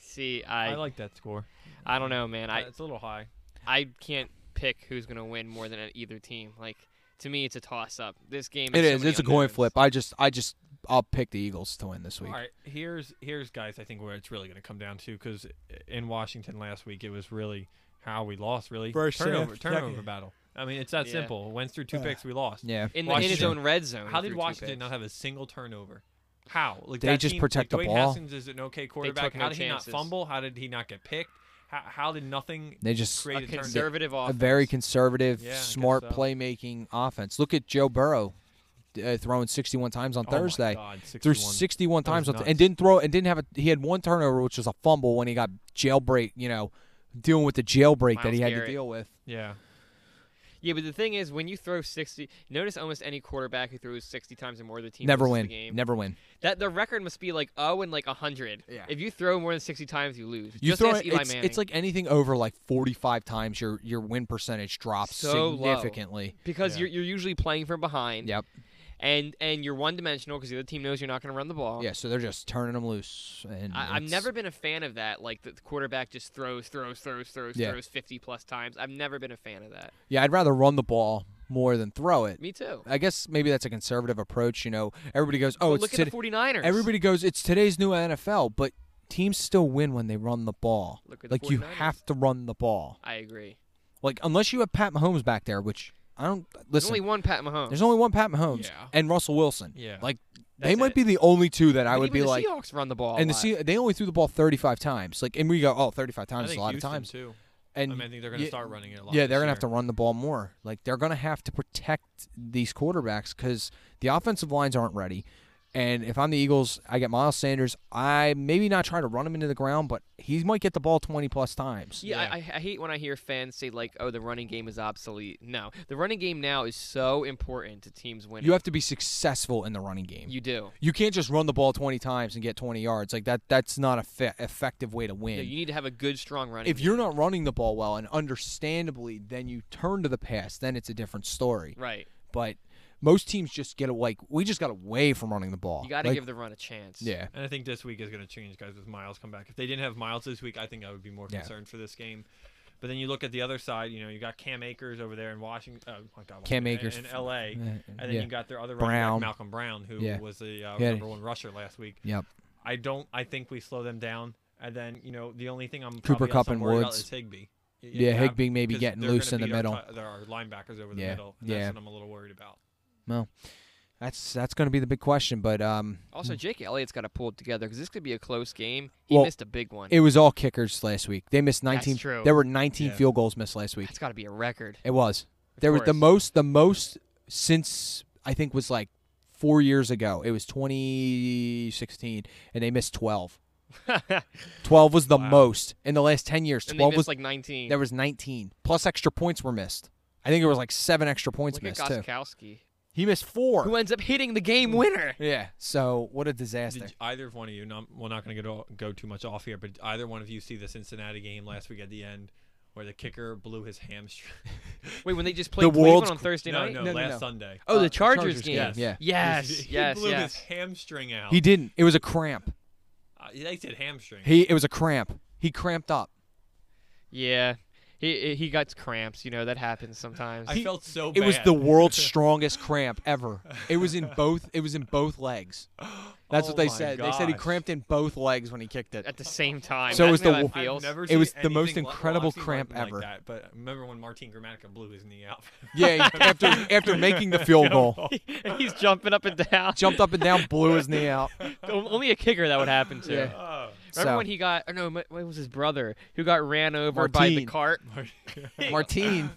Speaker 3: See,
Speaker 2: I,
Speaker 3: I,
Speaker 2: like that score.
Speaker 3: I don't know, man. I,
Speaker 2: it's a little high.
Speaker 3: I can't pick who's gonna win more than either team. Like to me, it's a toss up. This game.
Speaker 1: It
Speaker 3: has so
Speaker 1: is.
Speaker 3: many
Speaker 1: It's a coin
Speaker 3: unknowns.
Speaker 1: flip. I just I just I'll pick the Eagles to win this week.
Speaker 2: All right, here's here's guys. I think where it's really going to come down to because in Washington last week it was really how we lost. Really
Speaker 1: First
Speaker 2: turnover
Speaker 1: half,
Speaker 2: turnover
Speaker 1: second.
Speaker 2: battle. I mean, it's that
Speaker 3: Yeah.
Speaker 2: simple. Went through two picks, we lost.
Speaker 1: Yeah.
Speaker 3: in, the, in his
Speaker 2: Washington.
Speaker 3: own red zone.
Speaker 2: How
Speaker 3: he
Speaker 2: did
Speaker 3: threw two
Speaker 2: Washington
Speaker 3: picks.
Speaker 2: not have a single turnover? How? Like
Speaker 1: They
Speaker 2: that
Speaker 1: just
Speaker 2: team-
Speaker 1: protect
Speaker 2: like,
Speaker 1: the
Speaker 2: Dwayne
Speaker 1: ball.
Speaker 2: Haskins is an okay quarterback.
Speaker 3: took
Speaker 2: how
Speaker 3: no
Speaker 2: did he
Speaker 3: chances.
Speaker 2: not fumble? How did he not get picked? How, how did nothing
Speaker 1: They just
Speaker 2: create
Speaker 3: a
Speaker 2: a turn-
Speaker 3: conservative
Speaker 1: a
Speaker 3: offense?
Speaker 1: very conservative,
Speaker 2: Yeah, I guess
Speaker 1: smart
Speaker 2: so.
Speaker 1: playmaking offense. Look at Joe Burrow uh, throwing sixty one times on
Speaker 2: Oh my
Speaker 1: Thursday.
Speaker 2: God,
Speaker 1: threw
Speaker 2: 61.
Speaker 1: 61
Speaker 2: That was
Speaker 1: times on th-
Speaker 2: nuts.
Speaker 1: and didn't throw and didn't have a he had one turnover which was a fumble when he got jailbreak you know dealing with the jailbreak that
Speaker 3: Miles
Speaker 1: he had
Speaker 3: Garrett.
Speaker 1: to deal with
Speaker 2: Yeah.
Speaker 3: Yeah, but the thing is, when you throw sixty, notice almost any quarterback who throws sixty times or more, the team
Speaker 1: never
Speaker 3: loses
Speaker 1: win
Speaker 3: The game.
Speaker 1: never win
Speaker 3: That the record must be like oh and like hundred.
Speaker 1: Yeah.
Speaker 3: If you throw more than sixty times, you lose.
Speaker 1: you
Speaker 3: Just
Speaker 1: throw
Speaker 3: ask
Speaker 1: it,
Speaker 3: Eli
Speaker 1: it's,
Speaker 3: Manning.
Speaker 1: it's like anything over like 45 times your your win percentage drops
Speaker 3: So low.
Speaker 1: significantly
Speaker 3: because
Speaker 2: Yeah.
Speaker 3: you're you're usually playing from behind.
Speaker 1: yep
Speaker 3: And and you're one dimensional because the other team knows you're not going to run the ball.
Speaker 1: yeah so they're just turning them loose and
Speaker 3: I, I've
Speaker 1: it's-
Speaker 3: never been a fan of that. Like the, the quarterback just throws, throws, throws, throws,
Speaker 1: Yeah.
Speaker 3: throws fifty plus times. I've never been a fan of that.
Speaker 1: yeah I'd rather run the ball more than throw it
Speaker 3: Me too.
Speaker 1: I guess maybe that's a conservative approach you know everybody goes oh
Speaker 3: But
Speaker 1: it's
Speaker 3: look
Speaker 1: today-
Speaker 3: at the 49ers.
Speaker 1: Everybody goes, it's today's new NFL, but teams still win when they run the ball.
Speaker 3: Look at the
Speaker 1: Like you
Speaker 3: 49ers.
Speaker 1: have to run the ball.
Speaker 3: I agree.
Speaker 1: Like unless you have Pat Mahomes back there, which I don't
Speaker 3: There's
Speaker 1: listen.
Speaker 3: only one Pat Mahomes.
Speaker 1: there's only one Pat Mahomes
Speaker 2: Yeah.
Speaker 1: and Russell Wilson.
Speaker 2: Yeah.
Speaker 1: Like they
Speaker 2: That's
Speaker 1: might
Speaker 2: it.
Speaker 1: be the only two that I
Speaker 3: But
Speaker 1: would
Speaker 3: even
Speaker 1: be
Speaker 3: the
Speaker 1: like.
Speaker 3: Seahawks run the ball. a
Speaker 1: And the
Speaker 3: lot.
Speaker 1: sea they only threw the ball 35 times. Like, and we go, oh, 35 times is a lot
Speaker 2: Houston,
Speaker 1: of times.
Speaker 2: too.
Speaker 1: And
Speaker 2: I mean, I think they're going to
Speaker 1: yeah,
Speaker 2: start running it a lot.
Speaker 1: yeah, they're
Speaker 2: going
Speaker 1: gonna have to run the ball more. Like they're gonna have to protect these quarterbacks because the offensive lines aren't ready. And if I'm the Eagles, I get Miles Sanders. I maybe not try to run him into the ground, but he might get the ball 20 plus times.
Speaker 3: Yeah,
Speaker 2: Yeah.
Speaker 3: I, I I hate when I hear fans say like, "Oh, the running game is obsolete." No, the running game now is so important to teams winning.
Speaker 1: You have to be successful in the running game. You,
Speaker 3: you do.
Speaker 1: can't just run the ball 20 times and get 20 yards. Like that. That's not a fe- effective way to win.
Speaker 3: Yeah, you need to have a good, strong running.
Speaker 1: if you're not running the ball well, and understandably, then you turn to the pass, then it's a different story.
Speaker 3: game. right,
Speaker 1: But most teams just get away. We just got away from running the ball.
Speaker 3: you got to
Speaker 1: Like,
Speaker 3: give the run a chance.
Speaker 1: Yeah.
Speaker 2: And I think this week is going to change, guys, with Miles come back. If they didn't have Miles this week, I think I would be more
Speaker 1: Yeah.
Speaker 2: concerned for this game. But then you look at the other side. You know, you got Cam Akers over there in Washington. Oh my God,
Speaker 1: Cam
Speaker 2: Washington, in-
Speaker 1: Akers.
Speaker 2: in L.A.
Speaker 1: Yeah,
Speaker 2: And then
Speaker 1: yeah.
Speaker 2: you got their other
Speaker 1: Brown.
Speaker 2: running back, Malcolm Brown, who
Speaker 1: Yeah.
Speaker 2: was the uh,
Speaker 1: Yeah.
Speaker 2: number one rusher last week.
Speaker 1: Yep.
Speaker 2: I don't. I think we slow them down. And then you know the only thing I'm
Speaker 1: Cooper
Speaker 2: probably
Speaker 1: Kupp
Speaker 2: also
Speaker 1: and
Speaker 2: worried
Speaker 1: Woods.
Speaker 2: about is Higby. Y-
Speaker 1: Yeah,
Speaker 2: yeah,
Speaker 1: Higbee may be
Speaker 2: because
Speaker 1: getting
Speaker 2: they're gonna
Speaker 1: lough in the
Speaker 2: beat our
Speaker 1: middle.
Speaker 2: ti- There are linebackers over the
Speaker 1: Yeah,
Speaker 2: middle. And
Speaker 1: yeah.
Speaker 2: That's what I'm a little worried about.
Speaker 1: That's that's going to be the big question. But um,
Speaker 3: Also, Jake Elliott's got to pull it together because this could be a close game. He
Speaker 1: Well,
Speaker 3: missed a big one.
Speaker 1: it was all kickers last week. They missed 19.
Speaker 3: true.
Speaker 1: There were 19
Speaker 2: Yeah.
Speaker 1: field goals missed last week.
Speaker 3: That's got to be a record.
Speaker 1: It was.
Speaker 3: Of
Speaker 1: There was the
Speaker 3: course.
Speaker 1: most. The most since I think was like four years ago. It was 2016, and they missed 12.
Speaker 3: [laughs]
Speaker 1: 12 was the
Speaker 2: Wow.
Speaker 1: most in the last 10 years.
Speaker 3: and they
Speaker 1: 12
Speaker 3: missed
Speaker 1: was
Speaker 3: like 19.
Speaker 1: there was 19 plus extra points were missed. I think it was like seven extra points
Speaker 3: Look at
Speaker 1: missed too. Mm.
Speaker 3: Gostkowski,
Speaker 1: He missed four.
Speaker 3: who ends up hitting the game winner.
Speaker 1: yeah. So what a disaster.
Speaker 2: Did you- either of one of you, not, we're not going to go go too much off here, but did either one of you see the Cincinnati game last week at the end where the kicker blew his hamstring? [laughs]
Speaker 3: Wait, when they just played
Speaker 1: world's
Speaker 3: Cleveland on
Speaker 1: cr-
Speaker 3: Thursday
Speaker 2: no,
Speaker 3: night?
Speaker 2: no,
Speaker 1: No, no,
Speaker 2: last
Speaker 1: no.
Speaker 2: Sunday.
Speaker 3: Oh,
Speaker 1: Uh,
Speaker 3: the Chargers,
Speaker 1: Chargers
Speaker 3: game.
Speaker 1: game, yeah.
Speaker 3: [laughs] Yes, yes,
Speaker 2: [laughs] he blew
Speaker 3: yes.
Speaker 2: his hamstring out.
Speaker 1: He didn't. It was a cramp.
Speaker 2: uh, they said hamstring.
Speaker 1: He it was a cramp. He cramped up.
Speaker 3: Yeah. He he got cramps, you know, that happens sometimes.
Speaker 2: I felt so
Speaker 1: It
Speaker 2: bad.
Speaker 1: was the world's strongest cramp ever. It was in both it was in both legs. That's
Speaker 2: Oh
Speaker 1: what they
Speaker 2: my
Speaker 1: said. They said he
Speaker 2: gosh.
Speaker 1: cramped in both legs when he kicked it.
Speaker 3: at the same time.
Speaker 1: So
Speaker 3: Imagine
Speaker 1: is the
Speaker 3: how that
Speaker 1: wo-
Speaker 2: I've
Speaker 3: feels. [laughs]
Speaker 2: never
Speaker 1: It
Speaker 2: seen
Speaker 1: was the most
Speaker 2: anything li- well, I've
Speaker 1: incredible
Speaker 2: seen
Speaker 1: cramp
Speaker 2: nothing
Speaker 1: ever.
Speaker 2: Like that, but remember when Martin Gramatica blew his knee out?
Speaker 1: Yeah, he- after after making the field goal.
Speaker 3: He's jumping up and down.
Speaker 1: Jumped up and down, blew his knee out.
Speaker 3: [laughs] O- Only a kicker that would happen to.
Speaker 1: Yeah.
Speaker 2: [laughs] Oh,
Speaker 3: Remember
Speaker 1: So-
Speaker 3: when he got? Oh no, m- it was his brother who got ran over by the
Speaker 1: Martine. [laughs]
Speaker 3: cart.
Speaker 2: [laughs] Martin.
Speaker 1: Martine,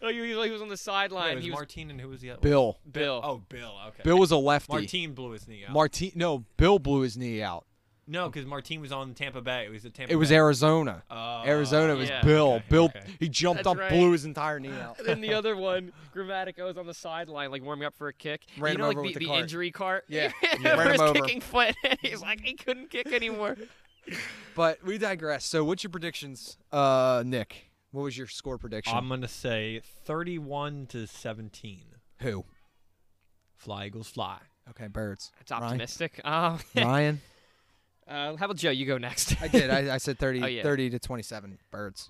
Speaker 3: Oh, he was, he was on
Speaker 2: No,
Speaker 3: the
Speaker 2: it
Speaker 3: sideline.
Speaker 2: was
Speaker 3: he was
Speaker 2: Martin and who was the other?
Speaker 1: Bill.
Speaker 3: Bill.
Speaker 2: Oh, Bill. Okay.
Speaker 1: Bill was a lefty.
Speaker 2: Martin blew his knee out.
Speaker 1: Martin no, Bill blew his knee out.
Speaker 2: No, because Martin was on Tampa Bay. It was the Tampa.
Speaker 1: It was
Speaker 2: Bay.
Speaker 1: Arizona.
Speaker 2: Oh,
Speaker 1: Arizona was
Speaker 3: yeah.
Speaker 1: Bill.
Speaker 2: Okay,
Speaker 1: Bill
Speaker 2: okay.
Speaker 1: he jumped
Speaker 3: That's
Speaker 1: up,
Speaker 3: right.
Speaker 1: blew his entire knee out.
Speaker 3: And
Speaker 1: [laughs]
Speaker 3: then the other one, Grammatica was on the sideline, like warming up for a kick. And
Speaker 1: Ran
Speaker 3: you
Speaker 1: him
Speaker 3: know, like
Speaker 1: over
Speaker 3: the,
Speaker 1: with the
Speaker 3: the
Speaker 1: cart.
Speaker 3: injury cart. [laughs]
Speaker 1: Yeah.
Speaker 3: He ran
Speaker 1: Yeah.
Speaker 3: over
Speaker 1: Ran
Speaker 3: his
Speaker 1: him over.
Speaker 3: kicking foot. [laughs] He's like, he couldn't kick anymore.
Speaker 1: But we digress. So what's your predictions, uh, Nick? What was your score prediction?
Speaker 2: I'm gonna say 31 to 17.
Speaker 1: Who?
Speaker 2: Fly Eagles fly.
Speaker 1: Okay, birds.
Speaker 3: That's [laughs] optimistic. Um,
Speaker 2: [laughs]
Speaker 1: Ryan.
Speaker 3: uh, how about Joe? You go next. [laughs]
Speaker 1: I did. I, I said 30,
Speaker 3: Oh, yeah.
Speaker 1: 30 to 27 birds.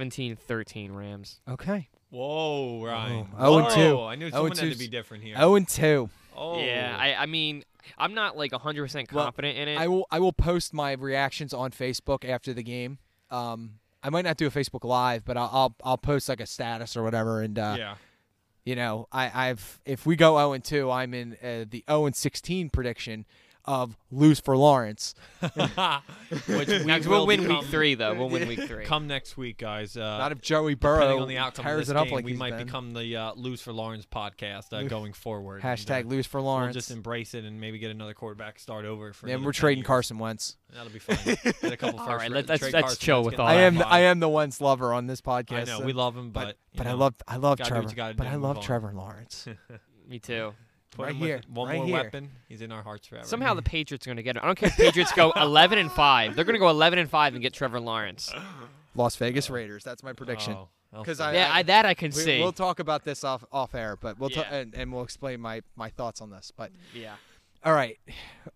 Speaker 3: 17-13 Rams.
Speaker 1: Okay.
Speaker 2: Whoa, Ryan.
Speaker 1: Oh, and two.
Speaker 2: Whoa, I knew
Speaker 1: Oh, and
Speaker 2: someone had to
Speaker 1: two.
Speaker 2: be different here.
Speaker 1: 0 and 2.
Speaker 2: Oh.
Speaker 3: Yeah, I, I mean, I'm not like 100%
Speaker 1: Well,
Speaker 3: confident in it. [laughs]
Speaker 1: I will I will post my reactions on Facebook after the game. Um I might not do a Facebook live, but I'll I'll, I'll post like a status or whatever and uh
Speaker 3: [laughs]
Speaker 2: yeah.
Speaker 1: you know, I I've if we go 0 and 2, I'm in uh, the 0 and 16 prediction of lose for Lawrence. [laughs]
Speaker 2: [laughs] Which we
Speaker 3: Now, 'cause we'll
Speaker 2: will
Speaker 3: win
Speaker 2: become-
Speaker 3: week three, though. We'll win week three.
Speaker 2: Come next week, guys. Uh,
Speaker 1: Not if Joey
Speaker 2: depending
Speaker 1: Burrow
Speaker 2: on the outcome of
Speaker 1: tears
Speaker 2: this
Speaker 1: it up
Speaker 2: game,
Speaker 1: like
Speaker 2: we
Speaker 1: he's
Speaker 2: might
Speaker 1: been.
Speaker 2: become the uh, lose for Lawrence
Speaker 1: [laughs]
Speaker 2: podcast uh, going forward. and,
Speaker 1: Hashtag
Speaker 2: uh,
Speaker 1: lose for
Speaker 2: We'll
Speaker 1: Lawrence.
Speaker 2: just embrace it and maybe get another quarterback start over for.
Speaker 1: and
Speaker 2: another
Speaker 1: we're
Speaker 2: 10
Speaker 1: trading
Speaker 2: years.
Speaker 1: Carson Wentz.
Speaker 2: That'll be fun. Get a couple
Speaker 3: [laughs] All
Speaker 2: first
Speaker 3: right,
Speaker 2: ra-
Speaker 3: let- let's-
Speaker 2: trade
Speaker 3: let's
Speaker 2: cards,
Speaker 3: chill with
Speaker 2: get
Speaker 3: all
Speaker 1: I
Speaker 2: the
Speaker 3: that.
Speaker 1: am
Speaker 2: high
Speaker 1: I
Speaker 2: five.
Speaker 1: am the Wentz lover on this podcast.
Speaker 2: Oh, I know
Speaker 1: so-
Speaker 2: we love him, but you
Speaker 1: but I
Speaker 2: know,
Speaker 1: love I love
Speaker 2: gotta do what
Speaker 1: Trevor.
Speaker 2: you gotta
Speaker 1: but
Speaker 2: do
Speaker 1: I
Speaker 2: to
Speaker 1: love
Speaker 2: move on.
Speaker 1: Trevor
Speaker 2: [laughs]
Speaker 1: Lawrence.
Speaker 3: Me too.
Speaker 2: put
Speaker 1: right
Speaker 2: him with
Speaker 1: here,
Speaker 2: One
Speaker 1: right
Speaker 2: more
Speaker 1: here.
Speaker 2: weapon. He's in our hearts forever.
Speaker 3: Somehow the Patriots are going to get him. I don't care if Patriots
Speaker 1: [laughs]
Speaker 3: go 11 and 5. They're going to go 11 and 5 and get Trevor Lawrence.
Speaker 1: Las Vegas Raiders. That's my prediction.
Speaker 2: Oh, I'll
Speaker 1: 'Cause
Speaker 2: say
Speaker 1: I-
Speaker 3: Yeah, I, that I can
Speaker 1: We,
Speaker 3: see.
Speaker 1: will talk about this off off air, but we'll ta-
Speaker 3: Yeah.
Speaker 1: and, and we'll explain my my thoughts on this. But
Speaker 3: yeah.
Speaker 1: all right,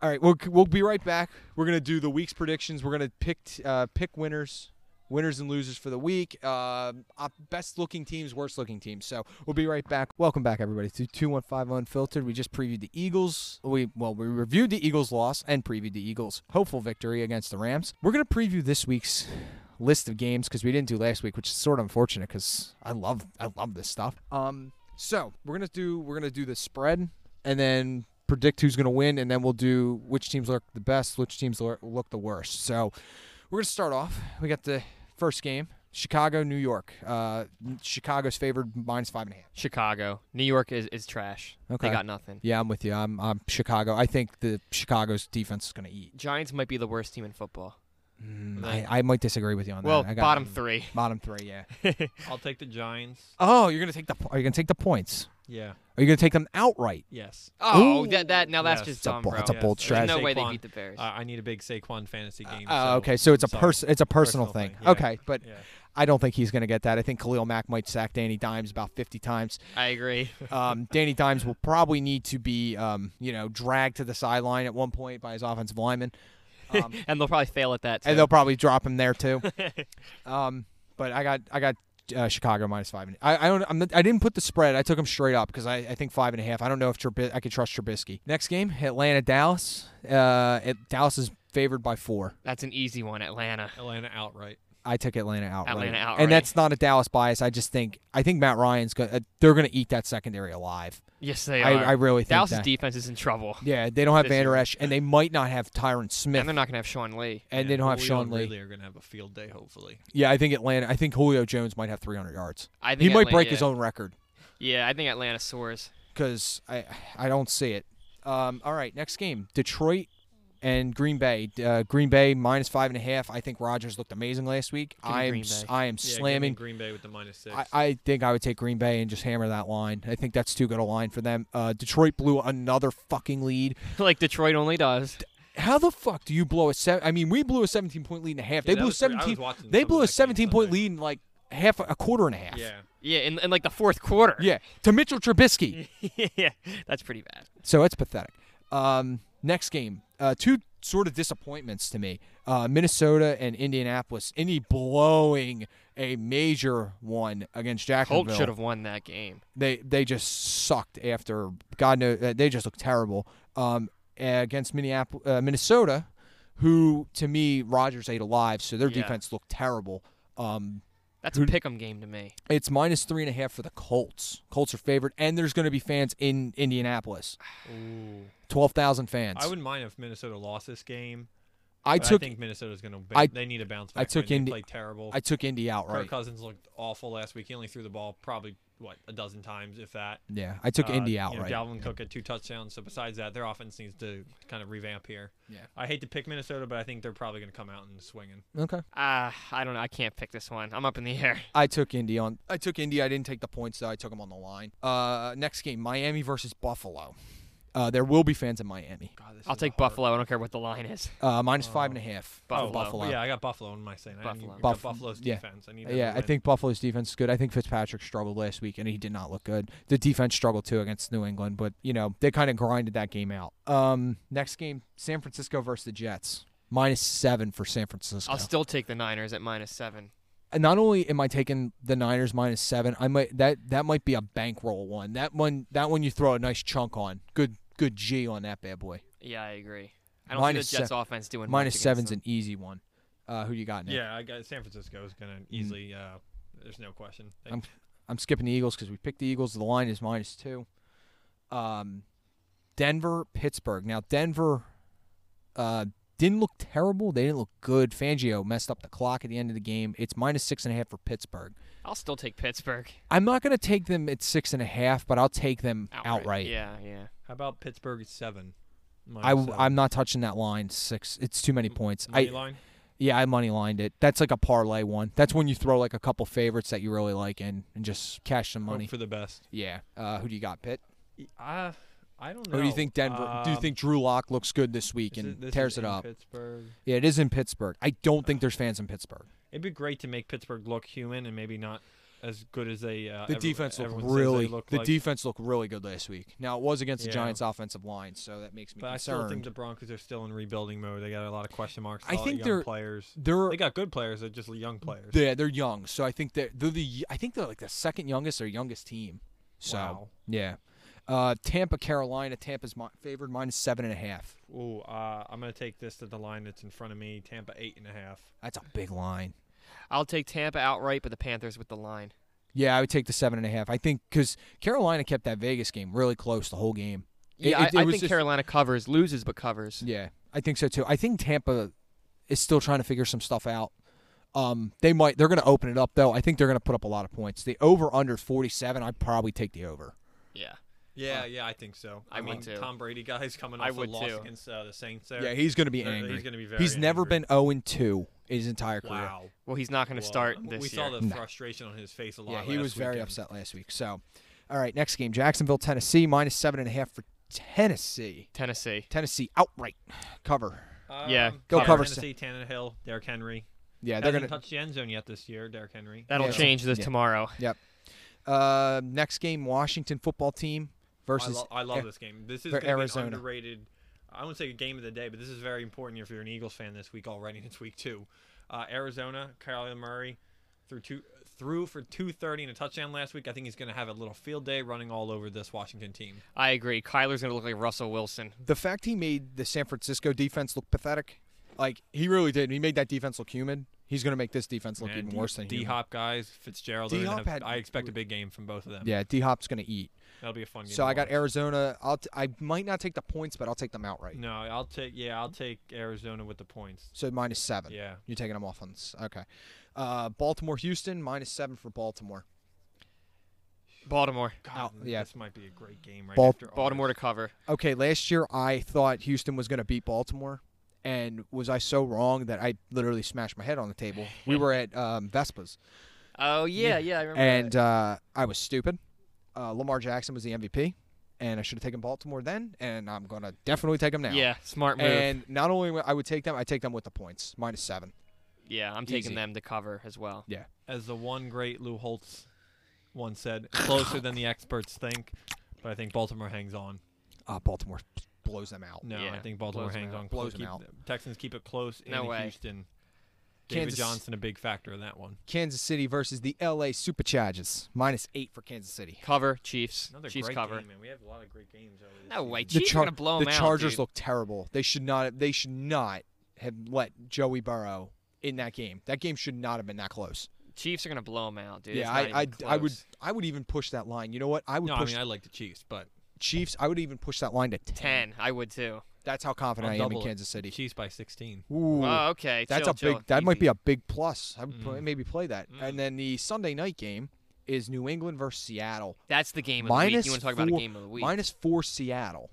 Speaker 1: all right, we'll we'll be right back. We're gonna do the week's predictions. We're gonna pick t- uh, pick winners. Winners and losers for the week. Uh, op- best looking teams, worst looking teams. So we'll be right back. Welcome back, everybody, to 215 Unfiltered. We just previewed the Eagles. We Well, we reviewed the Eagles' loss and previewed the Eagles' hopeful victory against the Rams. We're going to preview this week's list of games because we didn't do last week, which is sort of unfortunate because I love I love this stuff. Um, so we're gonna do we're gonna do the spread and then predict who's going to win, and then we'll do which teams look the best, which teams look look the worst. So we're going to start off. We got the first game Chicago, New York. Uh, Chicago's favored minus five and a half.
Speaker 3: Chicago, New York is, is trash.
Speaker 1: Okay.
Speaker 3: They got nothing.
Speaker 1: Yeah, I'm with you. I'm, I'm Chicago. I think the Chicago's defense is going to eat.
Speaker 3: Giants might be the worst team in football.
Speaker 1: Mm,
Speaker 2: Like-
Speaker 1: I, I might disagree with you on
Speaker 3: Well,
Speaker 1: that. Oh, I got-
Speaker 3: bottom three.
Speaker 1: [laughs] bottom three. [laughs] Yeah.
Speaker 2: I'll take the Giants.
Speaker 1: Oh, you're going to take the. Are you going to take the points?
Speaker 2: Yeah.
Speaker 1: Are you going to take them outright?
Speaker 2: Yes.
Speaker 3: Oh,
Speaker 1: Ooh.
Speaker 3: that, that now that's
Speaker 2: Yes.
Speaker 3: just
Speaker 1: It's a
Speaker 3: dumb,
Speaker 1: bo-
Speaker 3: bro.
Speaker 1: it's a
Speaker 2: Yes.
Speaker 1: bold
Speaker 2: There's
Speaker 3: There's
Speaker 1: strategy.
Speaker 3: no way they
Speaker 2: Saquon.
Speaker 3: beat the Bears.
Speaker 2: Uh, I need a big Saquon fantasy game.
Speaker 1: Uh,
Speaker 2: so
Speaker 1: okay, so it's a
Speaker 2: sorry.
Speaker 1: pers- it's a personal,
Speaker 2: Personal
Speaker 1: thing.
Speaker 2: thing, yeah.
Speaker 1: Okay, but
Speaker 2: Yeah.
Speaker 1: I don't think he's going to get that. I think Khalil Mack might sack Danny Dimes about 50 times. [laughs]
Speaker 3: I agree.
Speaker 1: Um, Danny Dimes will probably need to be, um, you know, dragged to the sideline at one point by his offensive
Speaker 3: [laughs]
Speaker 1: lineman, um,
Speaker 3: and they'll probably fail at that. Too.
Speaker 1: and they'll probably drop him there
Speaker 3: [laughs]
Speaker 1: too. um, but I got I got uh, Chicago minus five. And, I I don't I'm, not- I didn't put the spread. I took him straight up because I, I think five and a half. I don't know if Trubis- I could trust Trubisky. Next game, Atlanta Dallas. Uh, it, Dallas is favored by four.
Speaker 3: that's an easy one. Atlanta.
Speaker 2: Atlanta outright.
Speaker 1: I took Atlanta out.
Speaker 3: Atlanta outright.
Speaker 1: And that's not a Dallas bias. I just think I think Matt Ryan's going. to They're going to eat that secondary alive.
Speaker 3: Yes, they
Speaker 1: I,
Speaker 3: are.
Speaker 1: I really think
Speaker 3: Dallas's
Speaker 1: that.
Speaker 3: defense is in trouble,
Speaker 1: Yeah, they don't have
Speaker 3: this
Speaker 1: Van Der
Speaker 3: year.
Speaker 1: Esch, and they might not have Tyron Smith,
Speaker 3: and they're not gonna have Sean Lee.
Speaker 1: and they
Speaker 2: And
Speaker 1: don't have
Speaker 2: Julio
Speaker 1: Sean
Speaker 2: and
Speaker 1: Lee.
Speaker 2: Ridley are going to have a field day, hopefully.
Speaker 1: Yeah, I think Atlanta. I think Julio Jones might have 300 yards.
Speaker 3: I think
Speaker 1: He might
Speaker 3: Atlanta-
Speaker 1: break
Speaker 3: yeah.
Speaker 1: his own record
Speaker 3: Yeah, I think Atlanta soars. [laughs]
Speaker 1: because I I don't see it. Um, all right, next game, Detroit and Green Bay. Uh, Green Bay minus five and a half. I think Rodgers looked amazing last week.
Speaker 3: me
Speaker 1: I am
Speaker 3: Green
Speaker 1: s-
Speaker 3: Bay.
Speaker 1: I am
Speaker 2: Yeah, give me
Speaker 1: slamming
Speaker 2: Green Bay with the minus six.
Speaker 1: I, I think I would take Green Bay and just hammer that line. I think that's too good a line for them. Uh, Detroit blew another fucking lead.
Speaker 3: like Detroit only does.
Speaker 1: How the fuck do you blow a seven? I mean, we blew a 17 point lead and a half. they
Speaker 2: Yeah, that
Speaker 1: blew a
Speaker 2: was pretty- I was
Speaker 1: 17.
Speaker 2: watching
Speaker 1: They
Speaker 2: some of
Speaker 1: blew
Speaker 2: that
Speaker 1: a
Speaker 2: game
Speaker 1: 17 point
Speaker 2: Sunday.
Speaker 1: lead in like half a quarter and a half.
Speaker 2: yeah.
Speaker 3: Yeah, in, in like the fourth quarter.
Speaker 1: Yeah, to Mitchell Trubisky.
Speaker 2: [laughs]
Speaker 3: [laughs] yeah, that's pretty bad.
Speaker 1: so it's pathetic. Um, next game, uh, two sort of disappointments to me. Uh, Minnesota and Indianapolis. Indy blowing a major one against Jacksonville.
Speaker 3: Colts should have won that game.
Speaker 1: they they just sucked after God knows uh, they just looked terrible um, against Minneapolis, uh, Minnesota, who to me Rogers ate alive, so their
Speaker 3: Yeah.
Speaker 1: defense looked terrible. Um,
Speaker 3: That's a pick'em game to me.
Speaker 1: it's minus three and a half for the Colts. Colts are favored, and there's going to be fans in Indianapolis,
Speaker 2: Ooh.
Speaker 1: twelve thousand fans.
Speaker 2: I wouldn't mind if Minnesota lost this game.
Speaker 1: I
Speaker 2: but
Speaker 1: took
Speaker 2: I think Minnesota's going to.
Speaker 1: I-
Speaker 2: They need a bounce
Speaker 1: I
Speaker 2: back.
Speaker 1: took
Speaker 2: win.
Speaker 1: Indi-
Speaker 2: They played terrible.
Speaker 1: I took Indy
Speaker 2: Kirk
Speaker 1: outright.
Speaker 2: Cousins looked awful last week. He only threw the ball probably what a dozen times, if that.
Speaker 1: Yeah, I took
Speaker 2: Uh,
Speaker 1: Indy
Speaker 2: you know,
Speaker 1: outright.
Speaker 2: Dalvin Cook had two touchdowns. So besides that, their offense needs to kind of revamp here.
Speaker 1: Yeah.
Speaker 2: I hate to pick Minnesota, but I think they're probably going to come out and swinging.
Speaker 1: okay,
Speaker 3: Ah, I don't know. I can't pick this one. I'm up in the air.
Speaker 1: I took Indy on. I took Indy. I didn't take the points though. I took them on the line. Uh, next game, Miami versus Buffalo. Uh, there will be fans in Miami.
Speaker 2: God, this
Speaker 3: I'll
Speaker 2: is a
Speaker 3: take
Speaker 2: hard-
Speaker 3: Buffalo. I don't care what the line is.
Speaker 1: Uh, minus five and a half. for
Speaker 3: Buffalo.
Speaker 1: Buffalo.
Speaker 2: Oh. Yeah, I got Buffalo in my saying. I
Speaker 3: Buffalo.
Speaker 2: need,
Speaker 1: Buff-
Speaker 2: Buffalo's
Speaker 1: yeah.
Speaker 2: defense. I need. them to
Speaker 1: Yeah, I
Speaker 2: win.
Speaker 1: think Buffalo's defense is good. I think Fitzpatrick struggled last week, and he did not look good. The defense struggled too against New England, but you know they kind of grinded that game out. Um, next game, San Francisco versus the Jets. Minus seven for San Francisco.
Speaker 3: I'll still take the Niners at minus seven.
Speaker 1: And not only am I taking the Niners minus seven, I might that that might be a bankroll one. That one that one you throw a nice chunk on. Good good G on that bad boy.
Speaker 3: Yeah, I agree. I don't
Speaker 1: Minus
Speaker 3: see the Jets
Speaker 1: se-
Speaker 3: offense doing much
Speaker 1: Minus
Speaker 3: against
Speaker 1: seven's
Speaker 3: them.
Speaker 1: an easy one. Uh, who you got? Nick?
Speaker 2: Yeah, I got San Francisco is going to easily. Uh, there's no question. They-
Speaker 1: I'm- I'm skipping the Eagles because we picked the Eagles. The line is minus two. Um, Denver, Pittsburgh. Now Denver uh, didn't look terrible. They didn't look good. Fangio messed up the clock at the end of the game. It's minus six and a half for Pittsburgh.
Speaker 3: I'll still take Pittsburgh
Speaker 1: I'm not going to take them at six and a half, but I'll take them outright.
Speaker 3: Yeah, yeah.
Speaker 2: how about Pittsburgh at seven? Minus
Speaker 1: I,
Speaker 2: seven.
Speaker 1: I'm not touching that line six. It's too many points.
Speaker 2: Money
Speaker 1: I
Speaker 2: line?
Speaker 1: yeah, I money lined it. That's like a parlay one. That's when you throw like a couple favorites that you really like in and just cash some
Speaker 2: Hope
Speaker 1: money.
Speaker 2: for the best.
Speaker 1: Yeah. Uh, who do you got, Pitt?
Speaker 2: I, I don't know.
Speaker 1: Or do you think Denver? do you
Speaker 2: Um,
Speaker 1: think Drew Lock looks good this week
Speaker 2: this is-
Speaker 1: and
Speaker 2: this is
Speaker 1: tears it
Speaker 2: in
Speaker 1: up?
Speaker 2: Pittsburgh.
Speaker 1: Yeah, it is in Pittsburgh. I don't think there's fans in Pittsburgh.
Speaker 2: It'd be great to make Pittsburgh look human and maybe not as good as they. Uh,
Speaker 1: The
Speaker 2: every-
Speaker 1: defense looked
Speaker 2: everyone says they
Speaker 1: really.
Speaker 2: look
Speaker 1: The
Speaker 2: like.
Speaker 1: defense looked really good last week. Now it was against the
Speaker 2: Yeah.
Speaker 1: Giants' offensive line, so that makes me
Speaker 2: But I
Speaker 1: concerned.
Speaker 2: still think the Broncos are still in rebuilding mode. They got a lot of question marks.
Speaker 1: I
Speaker 2: a lot of
Speaker 1: think
Speaker 2: young
Speaker 1: they're-
Speaker 2: players.
Speaker 1: they're
Speaker 2: They got good players. They're just young players.
Speaker 1: yeah, they're young, so I think they're, they're the I think they're like the second youngest or youngest team. So
Speaker 2: Wow.
Speaker 1: yeah, uh, Tampa, Carolina. Tampa's mi- favored minus seven and a half.
Speaker 2: Ooh, uh, I'm gonna take this to the line that's in front of me. Tampa eight and a half.
Speaker 1: That's a big line.
Speaker 3: I'll take Tampa outright, but the Panthers with the line.
Speaker 1: Yeah, I would take the seven and a half. I think because Carolina kept that Vegas game really close the whole game.
Speaker 3: Yeah,
Speaker 1: It- it-
Speaker 3: I,
Speaker 1: it
Speaker 3: I
Speaker 1: was
Speaker 3: think
Speaker 1: just-
Speaker 3: Carolina covers, loses but covers.
Speaker 1: Yeah, I think so too. I think Tampa is still trying to figure some stuff out. Um, they might they're going to open it up though. I think they're going to put up a lot of points. The over under 47, I'd probably take the over.
Speaker 3: Yeah,
Speaker 2: Yeah, yeah, I think so.
Speaker 3: I
Speaker 2: mean,
Speaker 3: would too.
Speaker 2: Tom Brady guys coming off
Speaker 3: I
Speaker 2: a
Speaker 3: would
Speaker 2: loss
Speaker 3: too.
Speaker 2: against uh, the Saints. There,
Speaker 1: Yeah, he's going to be
Speaker 2: They're-
Speaker 1: angry.
Speaker 2: He's going to be very.
Speaker 1: He's never
Speaker 2: angry.
Speaker 1: been 0 and 2 his entire career.
Speaker 2: Wow.
Speaker 3: well, he's not going to
Speaker 2: Whoa.
Speaker 3: start
Speaker 2: And
Speaker 3: this
Speaker 2: we
Speaker 3: year.
Speaker 2: saw the frustration on his face a lot.
Speaker 1: Yeah, he
Speaker 2: last
Speaker 1: was very
Speaker 2: weekend.
Speaker 1: upset last week. So, all right, next game Jacksonville, Tennessee, minus seven and a half for Tennessee.
Speaker 3: Tennessee.
Speaker 1: Tennessee outright cover.
Speaker 3: Yeah,
Speaker 2: Um,
Speaker 1: go
Speaker 2: yeah,
Speaker 1: cover
Speaker 2: Tennessee, Tannehill, Derrick Henry.
Speaker 1: Yeah, they're
Speaker 2: Hasn't
Speaker 1: going to.
Speaker 2: touched the end zone yet this year, Derrick Henry.
Speaker 3: That'll
Speaker 1: Yeah.
Speaker 3: change this
Speaker 1: Yeah.
Speaker 3: tomorrow.
Speaker 1: Uh, next game, Washington football team versus.
Speaker 2: I, lo- I love
Speaker 1: Ar-
Speaker 2: this game. This is
Speaker 1: for
Speaker 2: going to be an
Speaker 1: Arizona.
Speaker 2: underrated. I wouldn't say a game of the day, but this is very important if you're an Eagles fan this week already. [laughs] It's week two. Uh, Arizona, Kyler Murray threw two threw for two thirty and a touchdown last week. I think he's going to have a little field day running all over this Washington team.
Speaker 3: I agree. Kyler's going to look like Russell Wilson.
Speaker 1: The fact he made the San Francisco defense look pathetic, like he really did. He made that defense look humid. He's going to make this defense look
Speaker 2: Man,
Speaker 1: even
Speaker 2: D-
Speaker 1: worse than
Speaker 2: D
Speaker 1: human.
Speaker 2: Hop guys, Fitzgerald. they're gonna
Speaker 1: D-Hop
Speaker 2: have-
Speaker 1: had-
Speaker 2: I expect a big game from both of them.
Speaker 1: Yeah, D Hop's going to eat.
Speaker 2: That'll be a fun game.
Speaker 1: So
Speaker 2: to
Speaker 1: I got
Speaker 2: watch.
Speaker 1: Arizona. I'll t- I might not take the points, but I'll take them outright.
Speaker 2: No, I'll take yeah, I'll take Arizona with the points.
Speaker 1: So minus seven.
Speaker 2: Yeah.
Speaker 1: You're taking them off on this. Okay. Uh, Baltimore, Houston, minus seven for Baltimore.
Speaker 3: Baltimore.
Speaker 2: God,
Speaker 1: Oh, yeah.
Speaker 2: this might be a great game right
Speaker 1: Bal-
Speaker 2: after all
Speaker 3: Baltimore to
Speaker 2: this.
Speaker 3: cover.
Speaker 1: Okay, last year I thought Houston was going to beat Baltimore, and was I so wrong that I literally smashed my head on the table?
Speaker 2: [laughs]
Speaker 1: We were at um, Vespa's,
Speaker 3: Oh yeah, yeah. I remember.
Speaker 1: and
Speaker 3: that.
Speaker 1: uh, I was stupid. Uh, Lamar Jackson was the MVP, and I should have taken Baltimore then, and I'm going to definitely take them now.
Speaker 3: yeah, smart move.
Speaker 1: And not only would I would take them, I take them with the points, minus seven.
Speaker 3: yeah, I'm taking
Speaker 1: easy.
Speaker 3: them to cover as well.
Speaker 2: as the one great Lou Holtz once said, closer than the experts think. But I think Baltimore hangs on.
Speaker 1: Uh, Baltimore blows them out.
Speaker 2: No, I
Speaker 3: Yeah,
Speaker 2: think Baltimore
Speaker 3: blows 'em
Speaker 2: hangs
Speaker 3: out.
Speaker 2: on.
Speaker 1: Blows 'em
Speaker 2: keep,
Speaker 1: out.
Speaker 2: Texans keep it close.
Speaker 3: No
Speaker 2: and
Speaker 3: way.
Speaker 2: Houston. David
Speaker 1: Kansas-
Speaker 2: Johnson a big factor in that one.
Speaker 1: Kansas City versus the LA Superchargers, minus eight for Kansas City.
Speaker 3: Cover Chiefs.
Speaker 2: Another
Speaker 3: Chiefs
Speaker 2: great
Speaker 3: cover.
Speaker 2: game, man. We have a lot of great games. Over this
Speaker 3: No way.
Speaker 2: season.
Speaker 1: the,
Speaker 3: Chiefs are
Speaker 1: Char-
Speaker 3: gonna blow
Speaker 1: the
Speaker 3: 'em out,
Speaker 1: Chargers
Speaker 3: dude.
Speaker 1: look terrible. They should not. They should not have let Joey Burrow in that game. That game should not have been that close.
Speaker 3: Chiefs are gonna blow them out, dude.
Speaker 1: yeah,
Speaker 3: It's not
Speaker 1: I, I,
Speaker 3: even
Speaker 1: I would,
Speaker 3: close.
Speaker 1: I would even push that line. You know what? I would
Speaker 2: No, I
Speaker 1: push
Speaker 2: mean I like the Chiefs, but
Speaker 1: Chiefs. I would even push that line to ten.
Speaker 3: ten. I would too.
Speaker 1: That's how confident
Speaker 2: I'll
Speaker 1: I am in
Speaker 2: double it.
Speaker 1: Kansas City.
Speaker 2: Chiefs by 16.
Speaker 1: Ooh,
Speaker 3: Oh, okay.
Speaker 1: that's
Speaker 3: chill,
Speaker 1: a big.
Speaker 3: chill.
Speaker 1: That might be
Speaker 3: Easy.
Speaker 1: a big plus. I would
Speaker 2: Mm.
Speaker 1: play- maybe play that. And then the Sunday night game is New England versus Seattle.
Speaker 3: That's the game of the week.
Speaker 1: Minus
Speaker 3: You want to talk
Speaker 1: four,
Speaker 3: about a game of the week?
Speaker 1: minus four Seattle.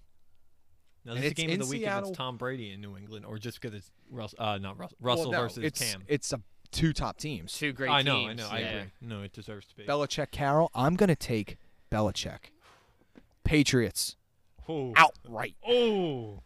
Speaker 2: Now
Speaker 1: And
Speaker 2: this is a
Speaker 1: it's
Speaker 2: game of
Speaker 1: in
Speaker 2: the week if
Speaker 1: Seattle.
Speaker 2: it's Tom Brady in New England, or just because it's Russ, uh, not Russ, Russell
Speaker 1: well, no,
Speaker 2: versus
Speaker 1: it's,
Speaker 2: Cam.
Speaker 1: It's a two top teams.
Speaker 3: Two great
Speaker 2: I know,
Speaker 3: teams.
Speaker 2: I know, I
Speaker 3: yeah.
Speaker 2: agree. No, it deserves to be.
Speaker 1: Belichick Carroll. I'm gonna take Belichick. Patriots
Speaker 2: oh,
Speaker 1: outright.
Speaker 2: [laughs] oh,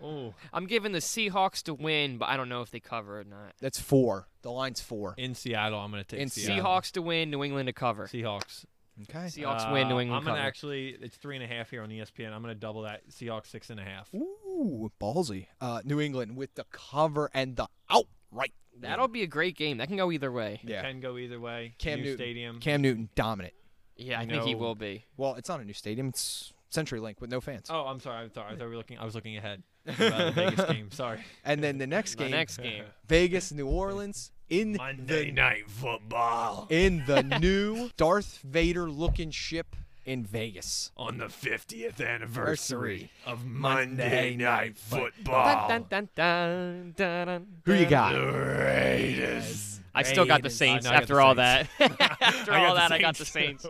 Speaker 2: oh.
Speaker 3: I'm giving the Seahawks to win, but I don't know if they cover or not.
Speaker 1: That's four. The line's four.
Speaker 2: In Seattle, I'm going to take
Speaker 1: In Yeah.
Speaker 2: Seattle.
Speaker 3: Seahawks to win, New England to cover.
Speaker 2: Seahawks.
Speaker 1: Okay.
Speaker 3: Seahawks win, New
Speaker 2: Uh,
Speaker 3: England
Speaker 2: I'm gonna
Speaker 3: cover.
Speaker 2: actually it's three and a half here on E ESPN. I'm gonna double that Seahawks six and a half.
Speaker 1: Ooh, ballsy. Uh, New England with the cover and the outright. win.
Speaker 3: That'll be a great game. That can go either way.
Speaker 1: yeah.
Speaker 2: Can go either way.
Speaker 1: Cam
Speaker 2: New
Speaker 1: Newton.
Speaker 2: Stadium.
Speaker 1: Cam Newton dominant.
Speaker 3: Yeah, I
Speaker 2: You
Speaker 3: think he
Speaker 2: know-
Speaker 3: will be.
Speaker 1: Well, it's not a new stadium. It's CenturyLink with no fans.
Speaker 2: Oh, I'm sorry. I'm sorry. I thought we were looking. I was
Speaker 1: [laughs]
Speaker 2: looking ahead. about the Vegas game. Sorry.
Speaker 1: And then the
Speaker 2: [laughs]
Speaker 1: next
Speaker 3: The
Speaker 1: game,
Speaker 3: next game.
Speaker 1: Vegas, New Orleans in the,
Speaker 2: night football [laughs]
Speaker 1: in the new Darth Vader looking ship in Vegas.
Speaker 2: on the 50th
Speaker 1: anniversary
Speaker 2: of
Speaker 1: Monday Night
Speaker 3: Dun, dun, dun, dun, dun, dun,
Speaker 1: Who you
Speaker 3: dun.
Speaker 1: got?
Speaker 2: Raiders.
Speaker 3: I still got the Saints
Speaker 2: [laughs] I know I got
Speaker 3: after
Speaker 2: the
Speaker 3: all
Speaker 2: Saints.
Speaker 3: that. [laughs] after all that, I got the Saints.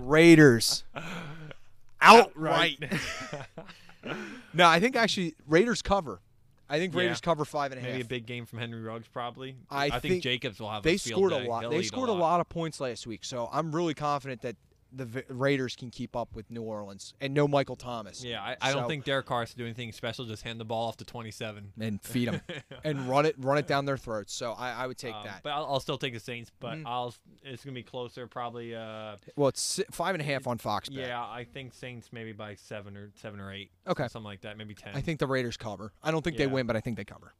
Speaker 1: Raiders. Outright.
Speaker 2: Right.
Speaker 1: No, I think actually Raiders cover. I think
Speaker 2: Yeah.
Speaker 1: Raiders cover five and a half.
Speaker 2: Maybe a big game from Henry Ruggs probably.
Speaker 1: I
Speaker 2: think,
Speaker 1: think
Speaker 2: Jacobs will have.
Speaker 1: they
Speaker 2: a field
Speaker 1: scored
Speaker 2: day.
Speaker 1: a lot.
Speaker 2: He'll
Speaker 1: They
Speaker 2: eat
Speaker 1: scored a lot. of points last week, so I'm really confident that the V- Raiders can keep up with New Orleans and no Michael Thomas.
Speaker 2: Yeah, I, I don't
Speaker 1: So-
Speaker 2: think Derek Carr has to do anything special. Just hand the ball off to 27.
Speaker 1: and feed
Speaker 2: [laughs]
Speaker 1: them and run it run it down their throats. So I, I would take
Speaker 2: Um,
Speaker 1: that. Mm-hmm.
Speaker 2: But I'll, I'll still take the Saints. But I'll it's gonna be closer. Probably. Uh,
Speaker 1: Well, it's si- five and a half on Fox. Bet.
Speaker 2: yeah, I think Saints maybe by seven or seven or eight.
Speaker 1: Okay.
Speaker 2: something like that. Maybe ten.
Speaker 1: I think the Raiders cover. I don't think
Speaker 2: Yeah.
Speaker 1: they win, but I think they cover.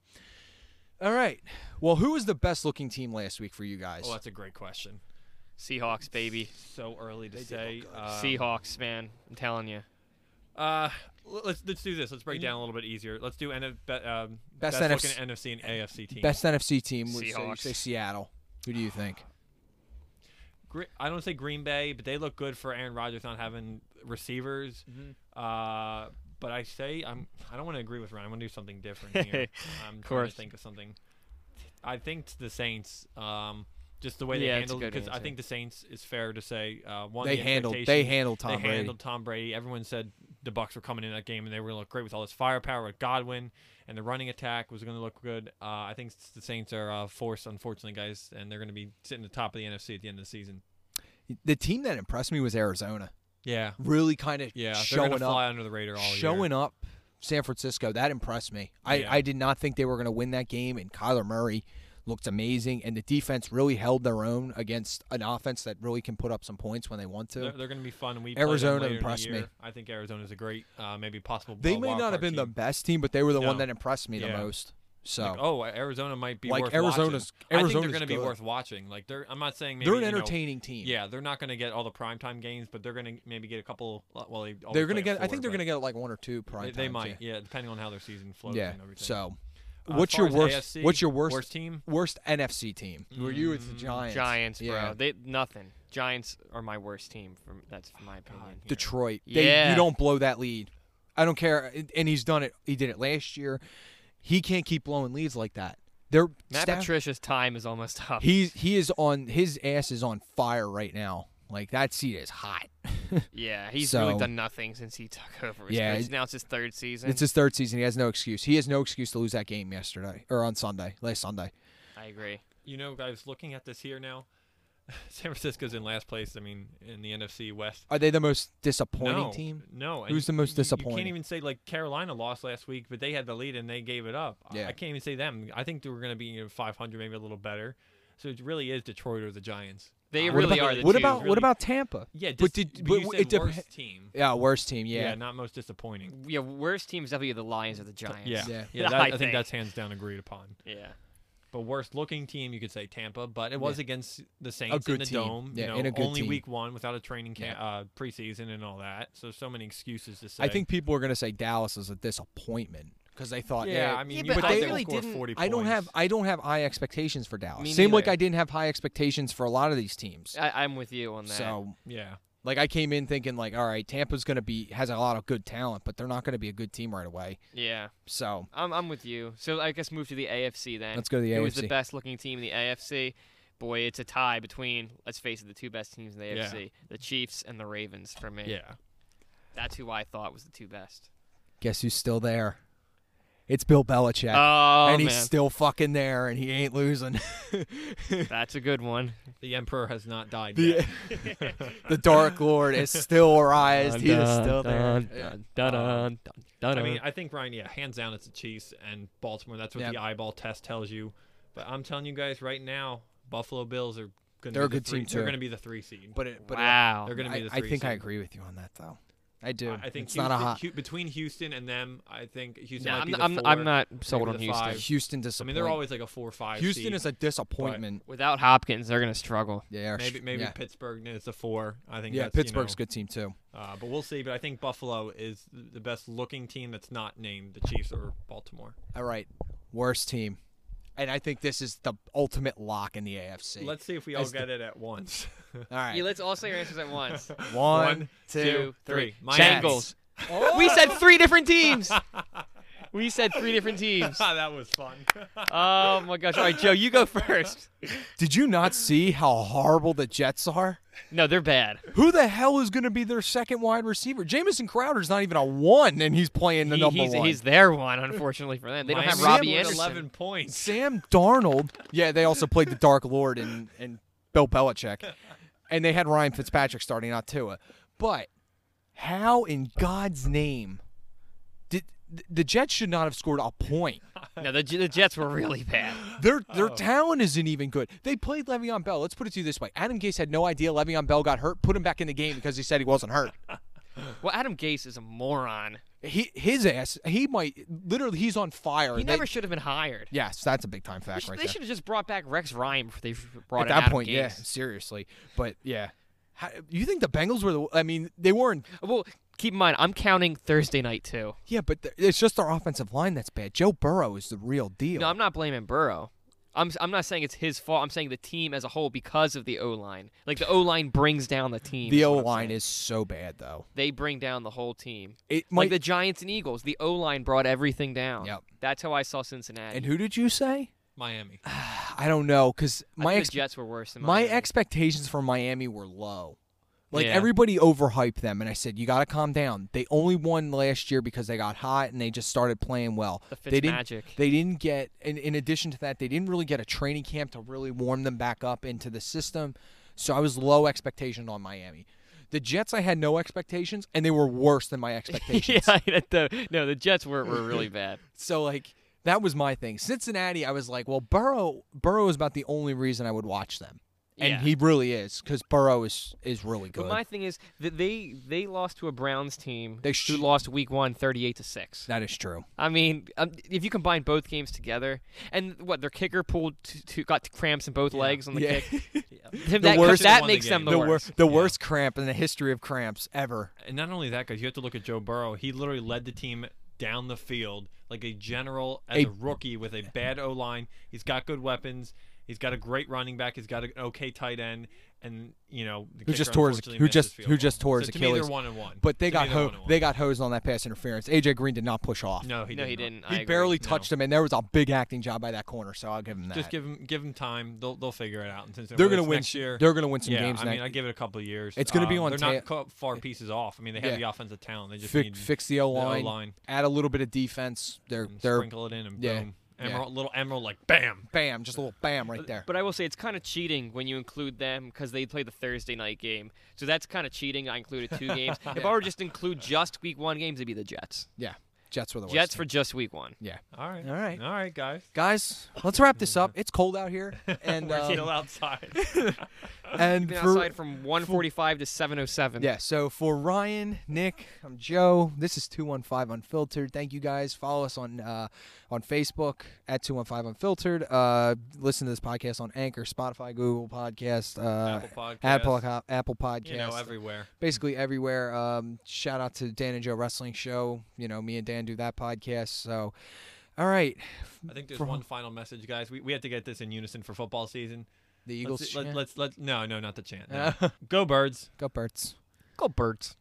Speaker 1: All right. Well, who was the best looking team last week for you guys?
Speaker 2: Oh, that's a great question.
Speaker 3: Seahawks, baby.
Speaker 2: So early to say. Um,
Speaker 3: Seahawks, man. I'm telling you.
Speaker 2: Uh, l- let's let's do this. Let's break down a little bit easier. Let's do NF, be, um,
Speaker 1: Mm-hmm. Best
Speaker 2: looking
Speaker 1: NFC
Speaker 2: NFC and AFC team.
Speaker 1: Best NFC team. would- So you
Speaker 2: [sighs]
Speaker 3: Seahawks.
Speaker 1: say Seattle. Who do you think?
Speaker 2: Gre- I don't say Green Bay, but they look good for Aaron Rodgers not having receivers.
Speaker 1: Mhm.
Speaker 2: Uh, but I say I'm. I don't want to agree with Ron. I want to do something different here. I'm trying
Speaker 3: course.
Speaker 2: to think of something. I think it's the Saints. Um, just the way they
Speaker 3: Yeah, it's a
Speaker 2: handled
Speaker 3: good
Speaker 2: because I
Speaker 3: answer.
Speaker 2: think the Saints is fair to say. Uh, one
Speaker 1: They
Speaker 2: the
Speaker 1: handled. They
Speaker 2: expectation-
Speaker 1: handled Tom
Speaker 2: they
Speaker 1: Brady.
Speaker 2: handled Tom Brady. Everyone said the Bucks were coming in that game and they were going to look great with all this firepower with Godwin and the running attack was going to look good. Uh, I think s- the Saints are uh, forced, unfortunately, guys, and they're going to be sitting at the top of the NFC at the end of the season.
Speaker 1: the team that impressed me was Arizona.
Speaker 2: Yeah,
Speaker 1: Really, kind of
Speaker 2: yeah, they're
Speaker 1: showing
Speaker 2: going to
Speaker 1: up.
Speaker 2: fly under the radar all year.
Speaker 1: showing up San Francisco. That impressed me. I,
Speaker 2: Yeah.
Speaker 1: I did not think they were going to win that game, and Kyler Murray looked amazing, and the defense really held their own against an offense that really can put up some points when they want to.
Speaker 2: They're, going to be fun. We
Speaker 1: Arizona
Speaker 2: play them later in the
Speaker 1: impressed me.
Speaker 2: year. I think Arizona's a great, uh, maybe possible.
Speaker 1: they
Speaker 2: uh,
Speaker 1: may
Speaker 2: wild
Speaker 1: not
Speaker 2: card
Speaker 1: have been the
Speaker 2: team.
Speaker 1: best team, but they were the one
Speaker 2: No.
Speaker 1: that impressed me the
Speaker 2: Yeah.
Speaker 1: most. So,
Speaker 2: Like, oh, Arizona might be
Speaker 1: Like,
Speaker 2: worth
Speaker 1: Arizona's-
Speaker 2: watching. I think
Speaker 1: Arizona's
Speaker 2: they're gonna be
Speaker 1: good.
Speaker 2: worth watching. Like they're, I'm not saying maybe
Speaker 1: they're an
Speaker 2: you know,
Speaker 1: entertaining team.
Speaker 2: Yeah, they're not going to get all the primetime games, but they're going to maybe get a couple. Well, they
Speaker 1: they're going to get. I think they're going to get like one or two. Prime
Speaker 2: They, they
Speaker 1: times,
Speaker 2: might, yeah. depending on how their season
Speaker 1: Yeah.
Speaker 2: flows.
Speaker 1: Yeah.
Speaker 2: and everything.
Speaker 1: So,
Speaker 2: Uh, as
Speaker 1: what's your
Speaker 2: far
Speaker 1: worst?
Speaker 2: as AFC,
Speaker 1: what's your worst?
Speaker 2: worst team?
Speaker 1: worst NFC team? Were you? It's the
Speaker 2: Mm,
Speaker 1: Giants.
Speaker 3: Giants, bro.
Speaker 1: Yeah.
Speaker 3: They nothing. Giants are my worst team. From that's from my opinion.
Speaker 2: God.
Speaker 1: Detroit. They, You
Speaker 3: Yeah.
Speaker 1: don't blow that lead. I don't care. And he's done it. He did it last year. He can't keep blowing leads like that. They're
Speaker 3: Matt
Speaker 1: Staff-
Speaker 3: Patricia's time is almost up.
Speaker 1: He's he is on his ass is on fire right now. Like that seat is hot. [laughs]
Speaker 3: yeah, he's
Speaker 1: So-
Speaker 3: really done nothing since he took [laughs] over. His
Speaker 1: Yeah,
Speaker 3: coach.
Speaker 1: it-
Speaker 3: now it's his third season.
Speaker 1: It's his third season. He has no excuse. He has no excuse to lose that game yesterday or on Sunday, last Sunday.
Speaker 3: I agree.
Speaker 2: You know, guys, looking at this here now, [laughs] San Francisco's in last place. I mean, in the NFC West.
Speaker 1: Are they the most disappointing
Speaker 2: no,
Speaker 1: team?
Speaker 2: No. and
Speaker 1: Who's the most
Speaker 2: you- You
Speaker 1: disappointing?
Speaker 2: can't even say like Carolina lost last week, but they had the lead and they gave it up. I-
Speaker 1: Yeah.
Speaker 2: I, can't even say them. I think they were going to be you know, 500, maybe a little better. So it really is Detroit or the Giants.
Speaker 3: They
Speaker 2: Uh,
Speaker 1: What about,
Speaker 3: really are the
Speaker 1: what
Speaker 3: two
Speaker 1: about what
Speaker 2: really-
Speaker 1: about Tampa?
Speaker 2: Yeah, dis-
Speaker 1: But did- but
Speaker 2: you
Speaker 1: w-
Speaker 2: said
Speaker 1: it dep-
Speaker 2: worst team.
Speaker 1: Yeah, worst team. Yeah.
Speaker 2: not most disappointing.
Speaker 3: Yeah, worst team is definitely the Lions or the Giants.
Speaker 2: Yeah,
Speaker 1: Yeah.
Speaker 2: yeah. that,
Speaker 3: I
Speaker 2: I, think.
Speaker 3: think.
Speaker 2: that's hands down agreed upon.
Speaker 3: yeah.
Speaker 2: But worst looking team, you could say Tampa, but it was against the Saints
Speaker 1: good
Speaker 2: in the
Speaker 1: team.
Speaker 2: dome.
Speaker 1: Yeah,
Speaker 2: you know,
Speaker 1: and a good
Speaker 2: only
Speaker 1: team.
Speaker 2: week one without a training camp, uh, preseason and all that. So so many excuses to say.
Speaker 1: I think people are going to say Dallas is a disappointment because they thought,
Speaker 2: Yeah,
Speaker 1: yeah,
Speaker 2: I mean,
Speaker 3: Uh, Yeah,
Speaker 2: you
Speaker 3: but
Speaker 2: thought
Speaker 1: I
Speaker 2: they would
Speaker 3: really
Speaker 2: score
Speaker 3: didn't-
Speaker 2: 40
Speaker 1: I don't have
Speaker 2: points.
Speaker 1: I don't have high expectations for Dallas.
Speaker 3: Me
Speaker 1: Same like
Speaker 3: neither.
Speaker 1: I didn't have high expectations for a lot of these teams.
Speaker 3: I, I'm with you on that.
Speaker 1: So
Speaker 2: Yeah,
Speaker 1: like I came in thinking like, all right, Tampa's going to be has a lot of good talent, but they're not going to be a good team right away.
Speaker 3: yeah,
Speaker 1: So
Speaker 3: I'm I'm with you. So I guess move to the AFC then.
Speaker 1: let's go to the
Speaker 3: Who
Speaker 1: AFC.
Speaker 3: was the best looking team in the AFC? Boy, it's a tie between let's face it, the two best teams in the
Speaker 2: Yeah.
Speaker 3: AFC, the Chiefs and the Ravens. For me,
Speaker 2: yeah.
Speaker 3: that's who I thought was the two best.
Speaker 1: Guess who's still there? It's Bill Belichick,
Speaker 3: Oh
Speaker 1: and
Speaker 3: man,
Speaker 1: he's still fucking there, and he ain't losing. [laughs]
Speaker 3: that's a good one.
Speaker 2: The Emperor has not died
Speaker 1: The- [laughs]
Speaker 2: yet.
Speaker 1: the Dark Lord is still arised. he is
Speaker 3: Dun,
Speaker 1: still there.
Speaker 3: dun,
Speaker 1: Yeah.
Speaker 3: dun, dun, dun, dun,
Speaker 2: Um, I mean,
Speaker 3: dun.
Speaker 2: I think Ryan, yeah, hands down, it's the Chiefs and Baltimore. That's what
Speaker 1: Yeah.
Speaker 2: the eyeball test tells you. But I'm telling you guys right now, Buffalo Bills are going to.
Speaker 1: They're a
Speaker 2: be the
Speaker 1: good
Speaker 2: three,
Speaker 1: team,
Speaker 2: They're
Speaker 1: too.
Speaker 2: going to be the three seed.
Speaker 1: But it, but it,
Speaker 3: wow.
Speaker 2: uh, they're going to be
Speaker 1: I,
Speaker 2: the
Speaker 1: I
Speaker 2: three.
Speaker 1: think I
Speaker 2: seed.
Speaker 1: agree with you on that though. I do.
Speaker 2: I I think
Speaker 1: it's
Speaker 2: Houston,
Speaker 1: not a hot.
Speaker 2: Hu- between Houston and them. I think Houston
Speaker 3: Nah,
Speaker 2: might
Speaker 3: I'm,
Speaker 2: be
Speaker 3: not-
Speaker 2: the
Speaker 3: I'm,
Speaker 2: four.
Speaker 3: I'm not sold
Speaker 2: maybe
Speaker 3: on
Speaker 2: the
Speaker 3: Houston.
Speaker 2: five.
Speaker 1: Houston
Speaker 2: I
Speaker 1: disappointment.
Speaker 2: mean, they're always like a four or five.
Speaker 1: Houston
Speaker 2: seed.
Speaker 1: is a disappointment.
Speaker 3: Without Hopkins, they're going to struggle.
Speaker 1: Yeah.
Speaker 2: maybe maybe
Speaker 1: yeah.
Speaker 2: Pittsburgh is a four. I think
Speaker 1: Yeah,
Speaker 2: that's,
Speaker 1: Pittsburgh's
Speaker 2: you know,
Speaker 1: good team too.
Speaker 2: Uh, but we'll see. But I think Buffalo is the best looking team that's not named the Chiefs or Baltimore.
Speaker 1: All right, worst team, and I think this is the ultimate lock in the AFC.
Speaker 2: Let's see if we all
Speaker 1: As the-
Speaker 2: get it
Speaker 1: [laughs]
Speaker 2: at once. [laughs]
Speaker 1: all right,
Speaker 3: Yeah, let's all say your answers
Speaker 1: [laughs]
Speaker 3: at once.
Speaker 1: one,
Speaker 2: One,
Speaker 1: two,
Speaker 2: two,
Speaker 1: three.
Speaker 2: three.
Speaker 1: Jets.
Speaker 3: Bengals. We said
Speaker 2: [laughs]
Speaker 3: three different teams. We said three different teams.
Speaker 2: Ah, that was fun.
Speaker 3: Oh my gosh! All right, Joe, you go first.
Speaker 1: Did you not see how horrible the Jets are?
Speaker 3: No, they're bad.
Speaker 1: Who the hell is going to be their second wide receiver? Jamison Crowder's not even a one, and he's playing the
Speaker 3: He-
Speaker 1: number
Speaker 3: he's,
Speaker 1: one.
Speaker 3: he's their one, unfortunately for them. They don't have
Speaker 1: Miami
Speaker 3: Robbie
Speaker 1: with
Speaker 3: Anderson.
Speaker 2: Eleven points.
Speaker 1: Sam Darnold. Yeah, they also played the Dark Lord and and Bill Belichick, and they had Ryan Fitzpatrick starting, not Tua. But how in God's name did th- the Jets should not have scored a point?
Speaker 3: No, the, J- the Jets were really bad.
Speaker 1: Their their talent isn't even good. They played Le'Veon Bell. Let's put it to you this way: Adam Gase had no idea Le'Veon Bell got hurt. Put him back in the game because he said he wasn't hurt.
Speaker 3: Well, Adam Gase is a moron.
Speaker 1: He his ass. He might literally. He's on fire.
Speaker 3: He
Speaker 1: They-
Speaker 3: never should have been hired.
Speaker 1: yes, that's a big time
Speaker 3: They
Speaker 1: fact
Speaker 3: should-
Speaker 1: right
Speaker 3: they
Speaker 1: there.
Speaker 3: should have just brought back Rex Ryan before they brought
Speaker 1: at
Speaker 3: in
Speaker 1: that
Speaker 3: Adam
Speaker 1: point, yeah,
Speaker 3: Gase.
Speaker 1: seriously. But yeah, How, you think the Bengals were the? I mean, they weren't.
Speaker 3: Well, keep in mind, I'm counting Thursday night too.
Speaker 1: Yeah, but th- it's just our offensive line that's bad. Joe Burrow is the real deal.
Speaker 3: No, I'm not blaming Burrow. I'm s- I'm not saying it's his fault. I'm saying the team as a whole because of the O line. Like the O line brings down the team.
Speaker 1: The
Speaker 3: is
Speaker 1: O
Speaker 3: what I'm
Speaker 1: line
Speaker 3: saying.
Speaker 1: is so bad though.
Speaker 3: They bring down the whole team.
Speaker 1: It
Speaker 3: like
Speaker 1: might.
Speaker 3: the Giants and Eagles, the O line brought everything down.
Speaker 1: Yep.
Speaker 3: That's how I saw Cincinnati.
Speaker 1: and who did you say?
Speaker 2: Miami.
Speaker 1: I don't know because
Speaker 3: I
Speaker 1: my
Speaker 3: think
Speaker 1: ex-
Speaker 3: the Jets were worse than
Speaker 1: my
Speaker 3: Miami.
Speaker 1: expectations for Miami were low. Like
Speaker 3: Yeah.
Speaker 1: everybody overhyped them, and I said you got to calm down. They only won last year because they got hot and they just started playing well.
Speaker 3: The
Speaker 1: they didn't. [laughs]
Speaker 3: Fitzmagic.
Speaker 1: They didn't get. In, in addition to that, they didn't really get a training camp to really warm them back up into the system. So I was low expectation on Miami. The Jets, I had no expectations, and they were worse than my
Speaker 3: [laughs] yeah,
Speaker 1: expectations.
Speaker 3: that the, no, the Jets were, were
Speaker 1: [laughs]
Speaker 3: really bad.
Speaker 1: So like that was my thing. Cincinnati, I was like, well, Burrow. Burrow is about the only reason I would watch them, and
Speaker 3: Yeah.
Speaker 1: he really is because Burrow is is really good.
Speaker 3: But my thing is that they they lost to a Browns team
Speaker 1: They
Speaker 3: who
Speaker 1: sh-
Speaker 3: lost week one 38 to 6.
Speaker 1: that is true.
Speaker 3: I mean, um, if you combine both games together and what their kicker pulled to, to, got cramps in both legs on the
Speaker 1: Yeah. [laughs]
Speaker 3: kick. [laughs] Him-
Speaker 1: The
Speaker 3: that
Speaker 1: worst-
Speaker 3: that
Speaker 2: Won the
Speaker 3: makes them
Speaker 2: game.
Speaker 3: the,
Speaker 1: the
Speaker 3: worst.
Speaker 1: the worst cramp in the history of cramps ever.
Speaker 2: And not only that, guys, you have to look at Joe Burrow. He literally led the team down the field like a general as
Speaker 1: A-
Speaker 2: a, rookie with a bad O line. He's got good weapons. He's got a great running back. He's got an okay tight end, and you know the
Speaker 1: Who
Speaker 2: kicker
Speaker 1: just tore his-
Speaker 2: unfortunately
Speaker 1: who
Speaker 2: missed
Speaker 1: just-
Speaker 2: his field
Speaker 1: who
Speaker 2: goal.
Speaker 1: just tore
Speaker 2: So
Speaker 1: his
Speaker 2: to Me,
Speaker 1: Achilles.
Speaker 2: they're one and one.
Speaker 1: But they
Speaker 2: To me,
Speaker 1: got
Speaker 2: they're
Speaker 1: ho-
Speaker 2: one and one.
Speaker 1: they got hosed on that pass interference. AJ Green did not push off.
Speaker 2: no, he
Speaker 3: No, he
Speaker 2: did not.
Speaker 3: didn't. I
Speaker 1: he
Speaker 3: agree.
Speaker 1: barely
Speaker 2: No.
Speaker 1: touched him, and there was a big acting job by that corner. So I'll give him that.
Speaker 2: Just give him give him time. They'll they'll figure it out. And since
Speaker 1: they're
Speaker 2: whether
Speaker 1: gonna
Speaker 2: it's
Speaker 1: win.
Speaker 2: next year.
Speaker 1: They're gonna win some
Speaker 2: yeah,
Speaker 1: games
Speaker 2: I
Speaker 1: next.
Speaker 2: mean, I give it a couple of years.
Speaker 1: It's gonna be
Speaker 2: Um,
Speaker 1: on
Speaker 2: They're
Speaker 1: tape.
Speaker 2: not co- far pieces off. I mean, they have
Speaker 1: Yeah.
Speaker 2: the offensive talent. They just
Speaker 1: Fi-
Speaker 2: need
Speaker 1: fix the O
Speaker 2: the
Speaker 1: line,
Speaker 2: O-line.
Speaker 1: add a little bit of defense. They're
Speaker 2: and
Speaker 1: they're
Speaker 2: sprinkle it in and
Speaker 1: yeah,
Speaker 2: boom,
Speaker 1: yeah.
Speaker 2: emerald, little emerald, like bam.
Speaker 1: bam, just a little bam right there.
Speaker 3: But I will say it's kind of cheating when you include them because they play the Thursday night game. So that's kind of cheating. I included two games. If I were just include just week one games, it'd be the Jets.
Speaker 1: Yeah, Jets were the worst.
Speaker 3: Jets for just week one.
Speaker 1: yeah,
Speaker 2: All right,
Speaker 1: All right.
Speaker 2: all right, guys.
Speaker 1: guys, let's wrap this up. It's cold out here, and
Speaker 2: We're
Speaker 1: um, uh, [laughs]
Speaker 2: still outside.
Speaker 1: and
Speaker 3: Been
Speaker 1: for
Speaker 3: outside from 145 to 707.
Speaker 1: yeah. So for Ryan, Nick, I'm Joe. This is two one five unfiltered. Thank you guys. Follow us on uh, on Facebook at two one five unfiltered. Uh, listen to this podcast on Anchor, Spotify, Google Podcast, uh,
Speaker 2: Apple
Speaker 1: Apple
Speaker 2: Podcasts.
Speaker 1: Apple Podcast.
Speaker 2: you know, everywhere.
Speaker 1: basically everywhere. Um, shout out to Dan and Joe Wrestling Show. You know, me and Dan do that podcast. So, all right,
Speaker 2: I think there's
Speaker 1: For-
Speaker 2: one final message, guys. We, we have to get this in unison for football season.
Speaker 1: the Eagles.
Speaker 2: Let's, let,
Speaker 1: chant.
Speaker 2: let's let no no not the
Speaker 1: [laughs]
Speaker 2: chant. no. [laughs] Go birds.
Speaker 1: Go Birds.
Speaker 3: Go birds.